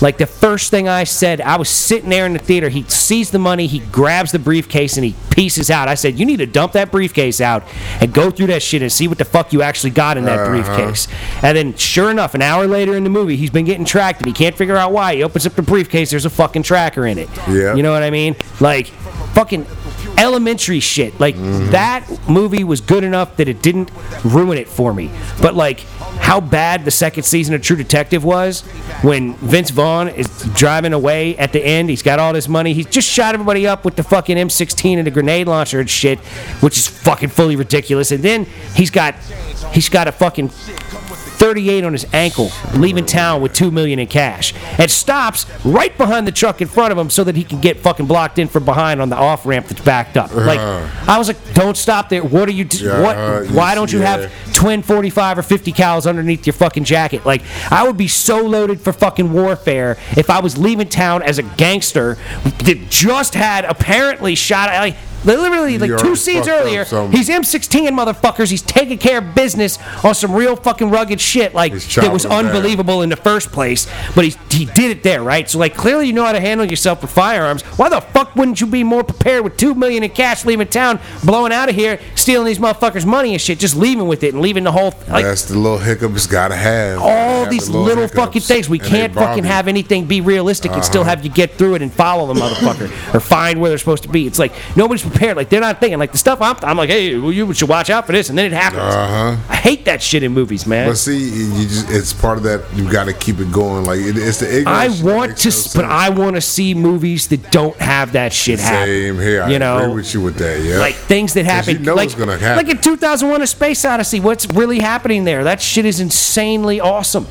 Like the first thing I said, I was sitting there in the theater. He sees the money, he grabs the briefcase, and he pieces out. I said, "You need to dump that briefcase out and go through that shit and see what the fuck you actually got in that Uh-huh. briefcase." And then, sure enough, an hour later in the movie, he's been getting tracked and he can't figure out why. He opens up the briefcase. There's a fucking tracker in it. Yeah. You know what I mean? Like fucking elementary shit. Like that movie was good enough that it didn't ruin it for me. But like how bad the second season of True Detective was when Vince Vaughn is driving away at the end. He's got all this money. He's just shot everybody up with the fucking M16 and the grenade launcher and shit, which is fucking fully ridiculous. And then he's got he's got a fucking 38 on his ankle, leaving town with 2 million in cash. And stops right behind the truck in front of him so that he can get fucking blocked in from behind on the off ramp that's backed up. Like I was like, "Don't stop there. What are you do- Uh-huh. Yeah, uh, what why you- don't you yeah. have twin 45 or 50 cows underneath your fucking jacket. Like, I would be so loaded for fucking warfare if I was leaving town as a gangster that just had apparently shot. Like, literally, like You two already scenes fucked up earlier, some- he's M16 motherfuckers. He's taking care of business on some real fucking rugged shit. Like, He's that was chopping down. unbelievable unbelievable in the first place, but he, he did it there, right? So like clearly you know how to handle yourself with firearms. Why the fuck wouldn't you be more prepared with two million in cash leaving town, blowing out of here, stealing these motherfuckers' money and shit, just leaving with it and leaving the whole like that's the little hiccup it's got to have. all Have these the little, hiccups, fucking things. We and they can't bother fucking you. Uh-huh. have anything be realistic and still have you get through it and follow the [laughs] motherfucker or find where they're supposed to be. It's like nobody's prepared. Like they're not thinking. Like the stuff I'm, I'm like, hey, well, you should watch out for this, and then it happens. Uh-huh. I hate that shit in movies, man. But see, you just, it's part of that. You got to keep it going. Like it, it's the ignorance. I that want makes to, no s- but sense. I want to see movies that don't have that shit happen. same here. I you know, agree with you with that. Yeah, like things that happen. you know like, it's gonna happen. like in 2001: A Space Odyssey. What's really happening there? That shit is insanely awesome.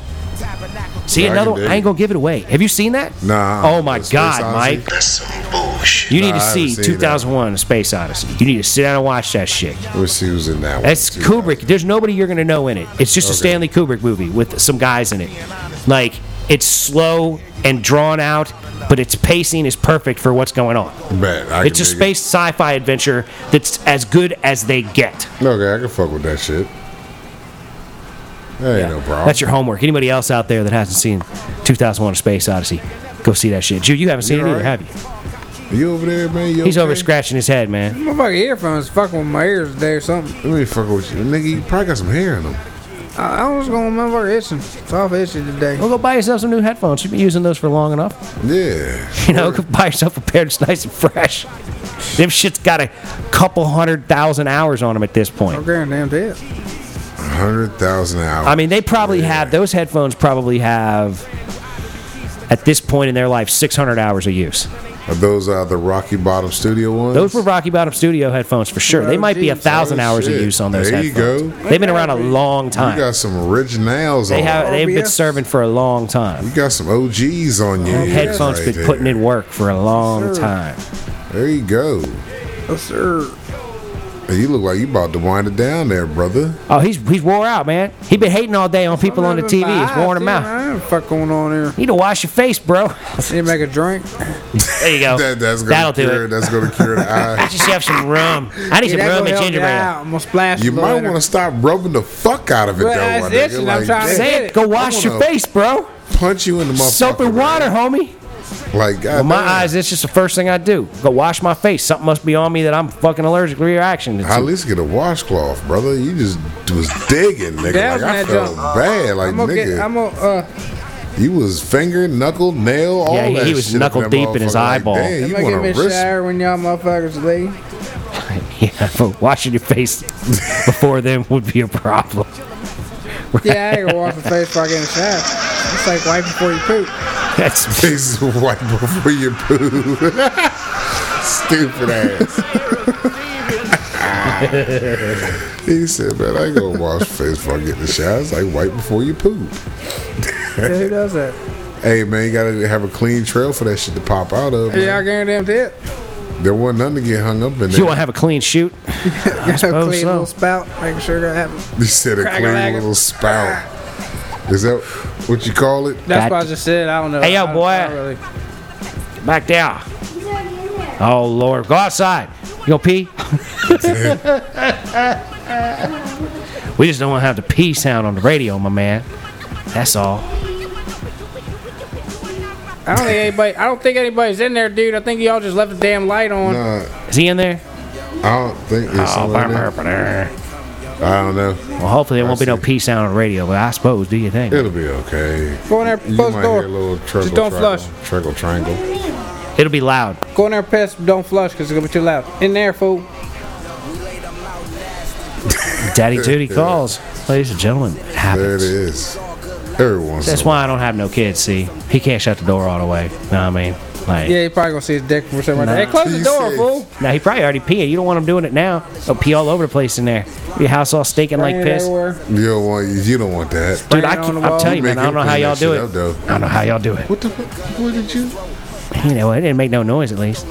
See Yeah, I another can one. dig I ain't it. gonna give it away. Have you seen that? Nah, Oh my The Space god, Odyssey? Mike! That's some bullshit. You need Nah, to I haven't see seen that. 2001: A Space Odyssey. You need to sit down and watch that shit. we'll see who's in that one. That's too. Kubrick. There's nobody you're gonna know in it. It's just a Okay. Stanley Kubrick movie with some guys in it. Like it's slow and drawn out, but its pacing is perfect for what's going on. Bet, I It's a can dig space sci-fi adventure that's as good as they get. It. Okay, I can fuck with that shit. That ain't no problem. That's your homework. Anybody else out there that hasn't seen 2001: A Space Odyssey, go see that shit. Jude, you haven't seen You it either, alright? have you? you over there, man? You He's okay? over scratching his head, man. Motherfucking earphones fucking with my ears today or something. Let me fuck with you, nigga. You probably got some hair [laughs] in them. I, I was going motherfucking itching. It's off itching today. Well, go buy yourself some new headphones. You've been using those for long enough. Yeah. You know, go buy yourself a pair that's nice and fresh. Them shit's got a couple hundred thousand hours on them at this point. Okay, damn dead. hundred thousand hours. I mean, they probably have those headphones. Probably have at this point in their life 600 hours of use. Are those uh, the Rocky Bottom Studio ones? Those were Rocky Bottom Studio headphones for sure. They Oh, might be a geez. thousand Oh, hours of shit. use on those There you headphones. go. They've been around a long You time. got some originals They on. have. They've been OBS. serving for a long time. you got some OGs on you. Headphones been putting in work for a long Sure. time. There you go. Yes, sir. You look like you about to wind it down there, brother. Oh, he's he's wore out, man. He been hating all day on people on the TV. It's worn him out. What the fuck going on there? You need to wash your face, bro. Need to make a drink. There you go. That, that's gonna Oh, That'll do cure. it. That's gonna [laughs] cure the eye. Get yourself some rum. I need Yeah, some rum that gonna and help ginger you ale. out. I'm gonna splash. You might want to stop rubbing the fuck out of it, Well, though. My it's nigga. itching. I'm Like, trying to- that Say it. Go wash your wanna- face, bro. punch you in the motherfucker. Soap and water, homie. Like, God Well, my damn. eyes, it's just the first thing I do. Go wash my face. Something must be on me that I'm fucking allergic reaction I at to. least get a washcloth, brother. You just was digging, nigga. Damn, Like, I that felt junk. bad. Like, I'm gonna nigga, get. I'm gonna. Uh, you was finger, knuckle, nail, all Yeah, he- that he was shit up knuckle that deep in his motherfucker. Like, eyeball. damn, I'm you gonna give me want a to risk shower when y'all motherfuckers leave. [laughs] [laughs] Yeah, but washing your face before then would be a problem. [laughs] Yeah, I ain't gonna wash my face before I get in the shower. It's like wiping before you poop. That's face white before you poo? [laughs] Stupid ass. he said, man, I ain't gonna wash my face before I get in the shower. It's like white before you poo. Yeah, who does that? Hey, man, you gotta have a clean trail for that shit to pop out of. man. Yeah, I guarantee it. There wasn't nothing to get hung up in you want to there. have a clean shoot. Got a suppose [laughs] clean Oh, so. little spout. Making sure that happens. You said a Crack-a-lack. clean little spout. Is that what you call it? That's Got what I you. just said. I don't know. Hey, yo, I- I boy. don't really- Back down. Oh Lord, go outside. You gonna pee? [laughs] we just don't want to have the pee sound on the radio, my man. That's all. I don't think anybody. I don't think anybody's in there, dude. I think y'all just left the damn light on. Nah, Is he in there? Uh, I don't think it's Oh, something in there. well, I don't know. hopefully there won't be no see. pee sound on the radio, but I suppose. Do you think? It'll be okay. Go in there, You close the might door. hear a little trickle, Just don't triangle, flush. Trickle triangle. It'll be loud. Go in there, piss. Don't flush because it's gonna be too loud. In there, fool. Daddy Judy calls, ladies and gentlemen. It There it happens. is. Everyone's. That's why I don't have no kids. See, he can't shut the door all the way. Know what I mean? Like, Yeah, you probably gonna see his dick from somewhere. Right there. Hey, He close the door, said- fool. now he probably already peeing. You don't want him doing it now. He'll pee all over the place in there. Your house all stinking like Bring it piss. everywhere. You don't want. You don't want that. Dude, I Bring it can't, on the I'm wall. telling you, Make man, I don't him know how clean y'all that do shit it. up, though. I don't know how y'all do it. What the? fuck? What did you? You know, it didn't make no noise at least.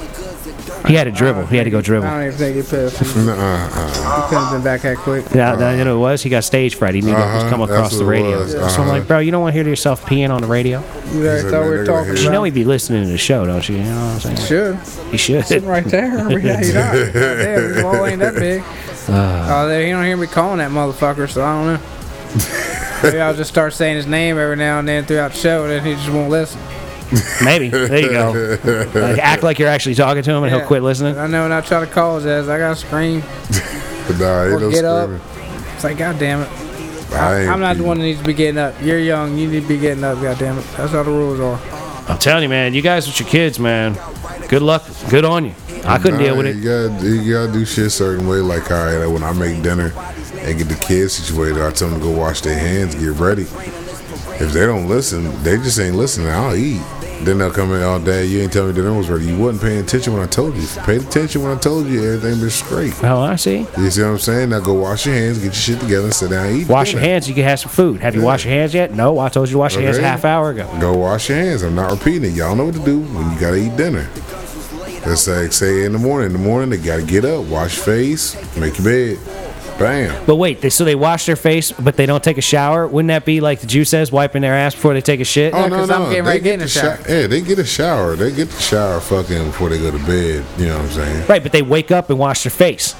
He had to dribble. He had to go I dribble. don't even think he pissed. [laughs] He Nuh-uh, uh, couldn't have been back that quick. Yeah, uh, you know what it was? He got stage fright. He knew that was Uh-huh, come that's across what the it radio. was, So I'm uh-huh. like, bro, you don't want to hear yourself peeing on the radio. You guys said, "Man, thought we they're were gonna talking hear You know about. he'd be listening to the show, don't you? You know what I'm saying? Sure, He should. right there. [laughs] I mean, how [laughs] you not? Damn, his wall ain't that [sighs] big. Ah. Oh, there, he don't hear me calling that motherfucker, so I don't know. [laughs] Maybe I'll just start saying his name every now and then throughout the show, and then he just won't listen. [laughs] Maybe. There you [laughs] go. Like, act like you're actually talking to him, and Yeah. he'll quit listening. I know when I try to call his ass, I gotta scream. nah, ain't Or no get up. screaming. It's like, God damn it. I ain't I'm not the be- one that needs to be getting up. You're young. You need to be getting up. God damn it. That's how the rules are. I'm telling you, man. You guys with your kids, man. Good luck. Good on you. I couldn't deal Nah, with it. You gotta, you gotta do shit a certain way. Like, all right, when I make dinner and get the kids situated, I tell them to go wash their hands, get ready. If they don't listen, they just ain't listening. I'll eat. Then they'll come in all day. You ain't tell me dinner was ready. You wasn't paying attention when I told you. If you paid attention when I told you, everything been straight. Oh, I see. You see what I'm saying? Now go wash your hands, get your shit together, and sit down and eat. Wash your dinner. hands. You can have some food. Have you washed your hands yet? No, I told you to wash your hands a Okay. half hour ago. Go wash your hands. I'm not repeating it. Y'all know what to do when you gotta eat dinner. It's like say in the morning. In the morning, they gotta get up, wash face, make your bed. Bam. But wait, they, so they wash their face, but they don't take a shower. Wouldn't that be like the Jew says, wiping their ass before they take a shit? Oh Yeah, no, 'cause I'm no, getting they ready to get get in the the shower. Yeah, they get a shower. They get the shower fucking before they go to bed. You know what I'm saying? Right, but they wake up and wash their face.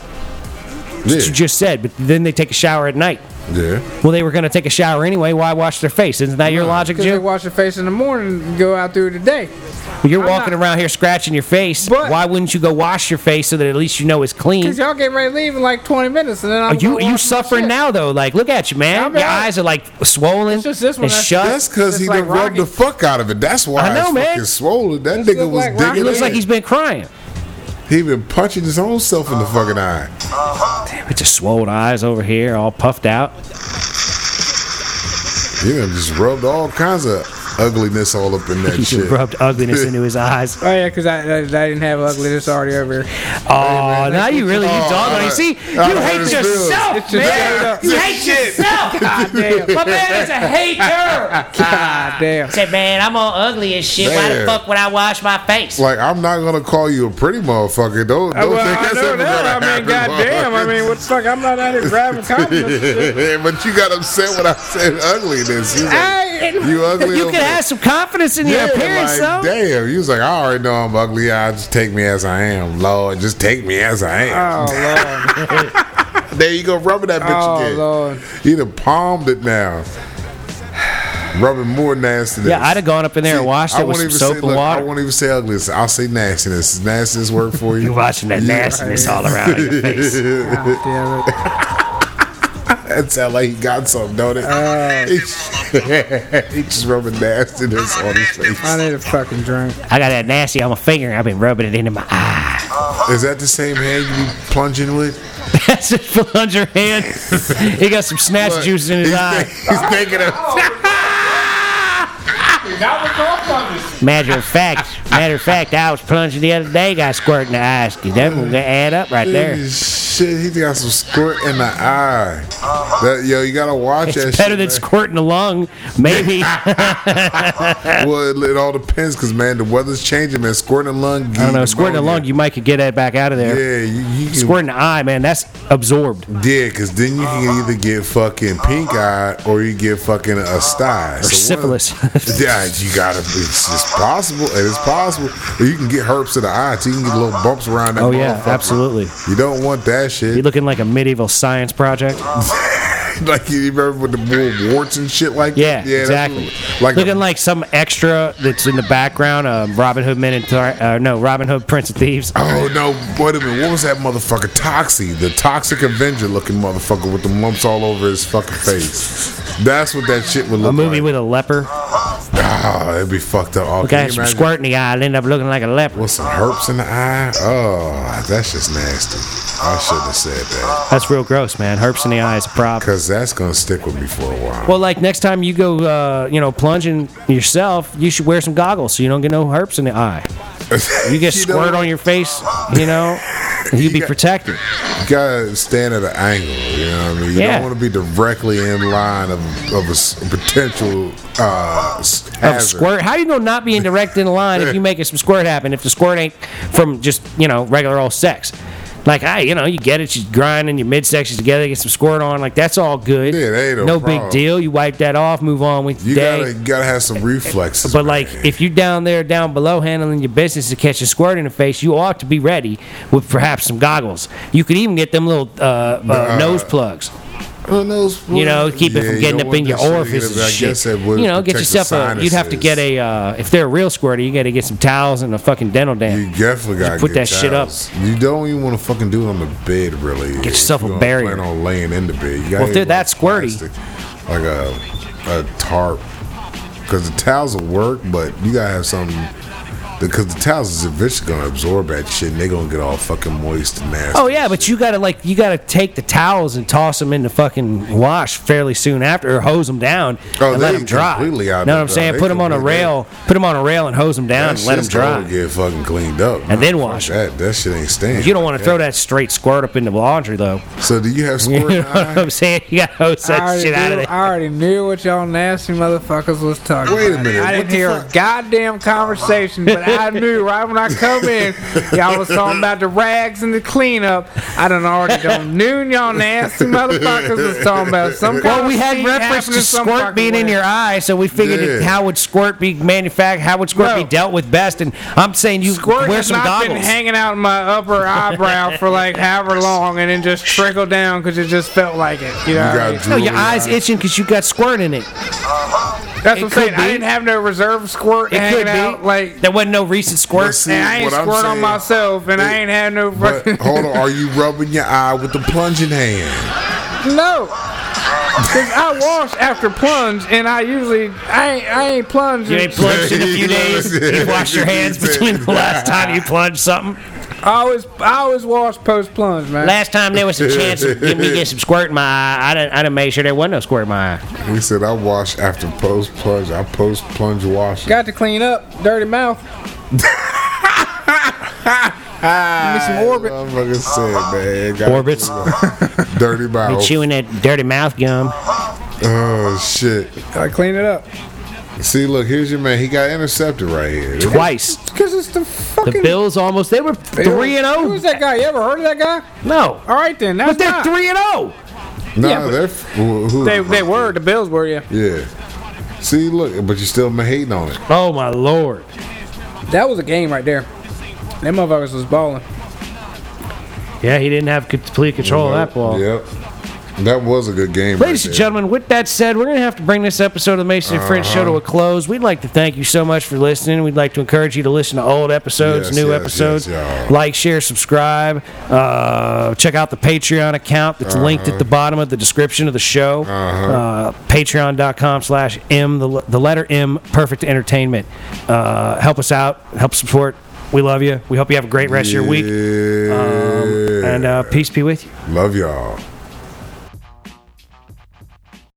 That's what Yeah. you just said, but then they take a shower at night. yeah. Well, they were going to take a shower anyway. Why wash their face? Isn't that your logic, Because they Jew? wash your face in the morning and go out through the day. You're I'm walking not- around here scratching your face. But- Why wouldn't you go wash your face so that at least you know it's clean? Because y'all get ready to leave in like 20 minutes, and then Mm. Are I'm you gonna you wash my suffering shit. now though? Like, look at you, Yeah, man. I'm Your out. eyes are like swollen It's just this one. and That's- shut. That's because he It's like done rubbed Rocky. the fuck out of it. That's why I know, it's man. fucking swollen. That This nigga look was like Rocky. digging. he looks in. like he's been crying. he been punching his own self in the fucking eye. It's just swollen eyes over here, all puffed out. He done just rubbed all kinds of ugliness all up in that He shit. rubbed ugliness into his eyes. [laughs] Oh, yeah, because I, I, I didn't have ugly. This already over here. Oh, now you really you Oh, dog on I- it. See, you I hurt hate his feelings. yourself, It's just straight man. up- You hate [laughs] yourself. God damn. My man is a hater. Ah. God damn. Said, man, I'm all ugly as shit. Why the Man. fuck would I wash my face? Like I'm not gonna call you a pretty motherfucker. Don't [laughs] don't Well, think I that's know ever that. gonna I happen, mean, goddamn. I motherfucker. mean, what the fuck? I'm not out [laughs] here grabbing compliments. but you got upset when I said ugliness. You, was like, I, you ugly. you over- could have some confidence in your Yeah, appearance, like, though. Damn, you was like, I already know I'm ugly. I just take me as I am, Lord. Just take me as I am. oh, [laughs] Lord. there you go, rubbing that bitch Oh, again. Lord. You done palmed it now. [sighs] Rubbing more nastiness. Yeah, I'd have gone up in there and washed I it with won't some even soap say, and look, I water. won't even say ugliness. I'll say nastiness. Does nastiness work for [laughs] you? You're washing that You- nastiness all around your [laughs] face. God damn it. That's how like he got something, don't it? [laughs] he just [laughs] rubbing nastiness on his face. I need a fucking drink. I got that nasty on my finger. I've been rubbing it into my eye. [laughs] Is that the same hand you be plunging with? [laughs] That's a plunger hand. he got some snatch Look, juice in his he's eye. think- he's thinking of. Matter of fact, matter of fact, I was plunging the other day. Got squirt in the eyes. That's gonna add up right there. Shit, he got some squirt in the eye. That, yo, you gotta watch that. It's better than shit, man. squirting the lung, [laughs] maybe. I Well, it, it all depends, cause man, the weather's changing, man. Squirting the lung. don't know. Squirting the lung, you might could get that back out of Yeah, there. you, you can, Squirting the eye, man, that's absorbed. Yeah, cause then you can either get fucking pink eye or you get fucking a sty or syphilis. [laughs] [laughs] yeah, you gotta. It's, it's possible. It is possible. Or you can get herpes to the eye, so you can get little bumps around that. Oh yeah, motherfucker. absolutely. You don't want that shit. You looking like a medieval science project? [laughs] like you remember with the bull warts and shit like Yeah, that? that's exactly. what- Like Like looking the- like some extra that's in the background. Um, Robin Hood Men and Thar- uh, no, Robin Hood Prince of Thieves. Oh no! Wait a minute. What was that motherfucker? Toxie, the Toxic Avenger looking motherfucker with the lumps all over his fucking face. That's what that shit would look A movie like. with a leper. Ah, it'd be fucked up. Oh, can Got you some imagine? squirt in the eye. I'll end up looking like a leper. With some herpes in the eye. Oh, that's just nasty. I shouldn't have said that That's real gross, man. Herpes in the eye is a problem. because that's gonna stick with me for a while. [laughs] Well, like next time you go, uh, you know, plunging yourself, you should wear some goggles so you don't get no herpes in the eye. You get know squirt what? on your face, you know, and you be got- protected. You gotta stand at an angle. You know what I mean? You Yeah. don't want to be directly in line of, of a s- potential uh, s- Of hazard. squirt. How you gonna not be in direct in line if you making some squirt happen? If the squirt ain't from just you know regular old sex, like I, you know, you get it. You grinding your midsections together, get some squirt on. Like that's all good. Yeah, that ain't a no big problem. deal. You wipe that off, move on with your You day. gotta, you gotta have some reflexes. But [laughs] man. like, if you down there, down below, handling your business to catch a squirt in the face, you ought to be ready with perhaps some goggles. You could even get them little uh, uh, nose plugs. Oh, those- You know, keep it Yeah, from you getting don't up in want your that shit to orifice get up. and I guess shit. that would You know, get protect yourself the a. You'd have to get sinuses. a. Uh, if they're a real squirter, you got to get some towels and a fucking dental dam. You definitely gotta put get that shit up. towels. You don't even want to fucking do it on the bed, really. Get yourself a barrier. Plan on laying in the bed. You gotta Well, if they're get that one of squirty. those plastic, like a a tarp, because the towels will work, but you gotta have something. Because the towels is eventually gonna absorb that shit, and they gonna get all fucking moist and nasty. Oh yeah, but you gotta like you gotta take the towels and toss them in the fucking wash fairly soon after, or hose them down Oh, and let they them dry. completely out know there, what I'm though. saying? They Put them on a completely- rail, put them on a rail and hose them down That and let them shit's gonna dry. Get fucking cleaned up, And then Fuck wash 'em. That that shit ain't staying. You don't want to throw that straight squirt up in the laundry though. [laughs] So do you have You know [laughs] squirt? in the what eye? I'm saying? You got to hose I that already shit out knew- of there. I already knew what y'all nasty motherfuckers was talking Wait a about. minute, I what didn't the hear a fuck? goddamn conversation, but [laughs] I knew right when I come in, y'all was talking about the rags and the cleanup. I done already done knew y'all nasty motherfuckers was talking about some kind Well, we of had shit reference happening to some squirt fucking being in way. your eye, so we figured it- Yeah. how would squirt be manufactured, how would squirt Bro. be dealt with best, and I'm saying you Squirt wear has some not been goggles. hanging out in my upper eyebrow for like however long, and then just trickled down because it just felt like it. You know, what I got mean? no, your Really eyes not. itching because you got squirt in it. that's what I'm could saying. I be. didn't have no reserve squirt It hanging could be. out like there wasn't no recent squirt. Let's see. And I ain't What I'm squirt on saying- myself, and I ain't had no But [laughs] fucking hold on, are you rubbing your eye with the plunging hand? no. Cause I wash after plunge, and I usually I ain't, I ain't plunged. You in- ain't plunged in a [laughs] few days. You washed your [laughs] hands between the last time you plunged something. I always I always wash post plunge, man. Last time there was a chance of getting me get some squirt in my eye. I didn't, I didn't make sure there wasn't no squirt in my eye. He said, I wash after post plunge. I post plunge wash. Got to clean up dirty mouth. Give me some orbit. Motherfucker said, man. it got- Orbits. [laughs] Dirty Be mouth. chewing that dirty mouth gum. Oh, shit. Gotta clean it up. See, look, here's your man. He got intercepted right here. Twice. Cause it's the The fucking. Bills almost they were three and oh. Who's zero. that guy? You ever heard of that guy? No, All right then. That's but they're not- three and oh. zero. Nah, Yeah, but- they're. f- Who, who- They, they were. The Bills were. Yeah. Yeah. See, look, but you still ma- hating on it. Oh my lord. That was a game right there. Them motherfuckers was balling. Yeah, he didn't have complete control of that ball. Yep. That was a good game. Ladies and right there. gentlemen, with that said, we're going to have to bring this episode of the Mason and French Show to Uh-huh. a close. We'd like to thank you so much for listening. We'd like to encourage you to listen to old episodes, Yes, new yes, episodes. yes, y'all. like, share, subscribe. Uh, check out the Patreon account Uh-huh. that's linked at the bottom of the description of the show. uh Patreon.com slash M, the, le- the letter M, Perfect Entertainment. Uh, help us out. Help support. We love you. We hope you have a great rest of your week. Yeah. And uh, peace be with you. Love y'all.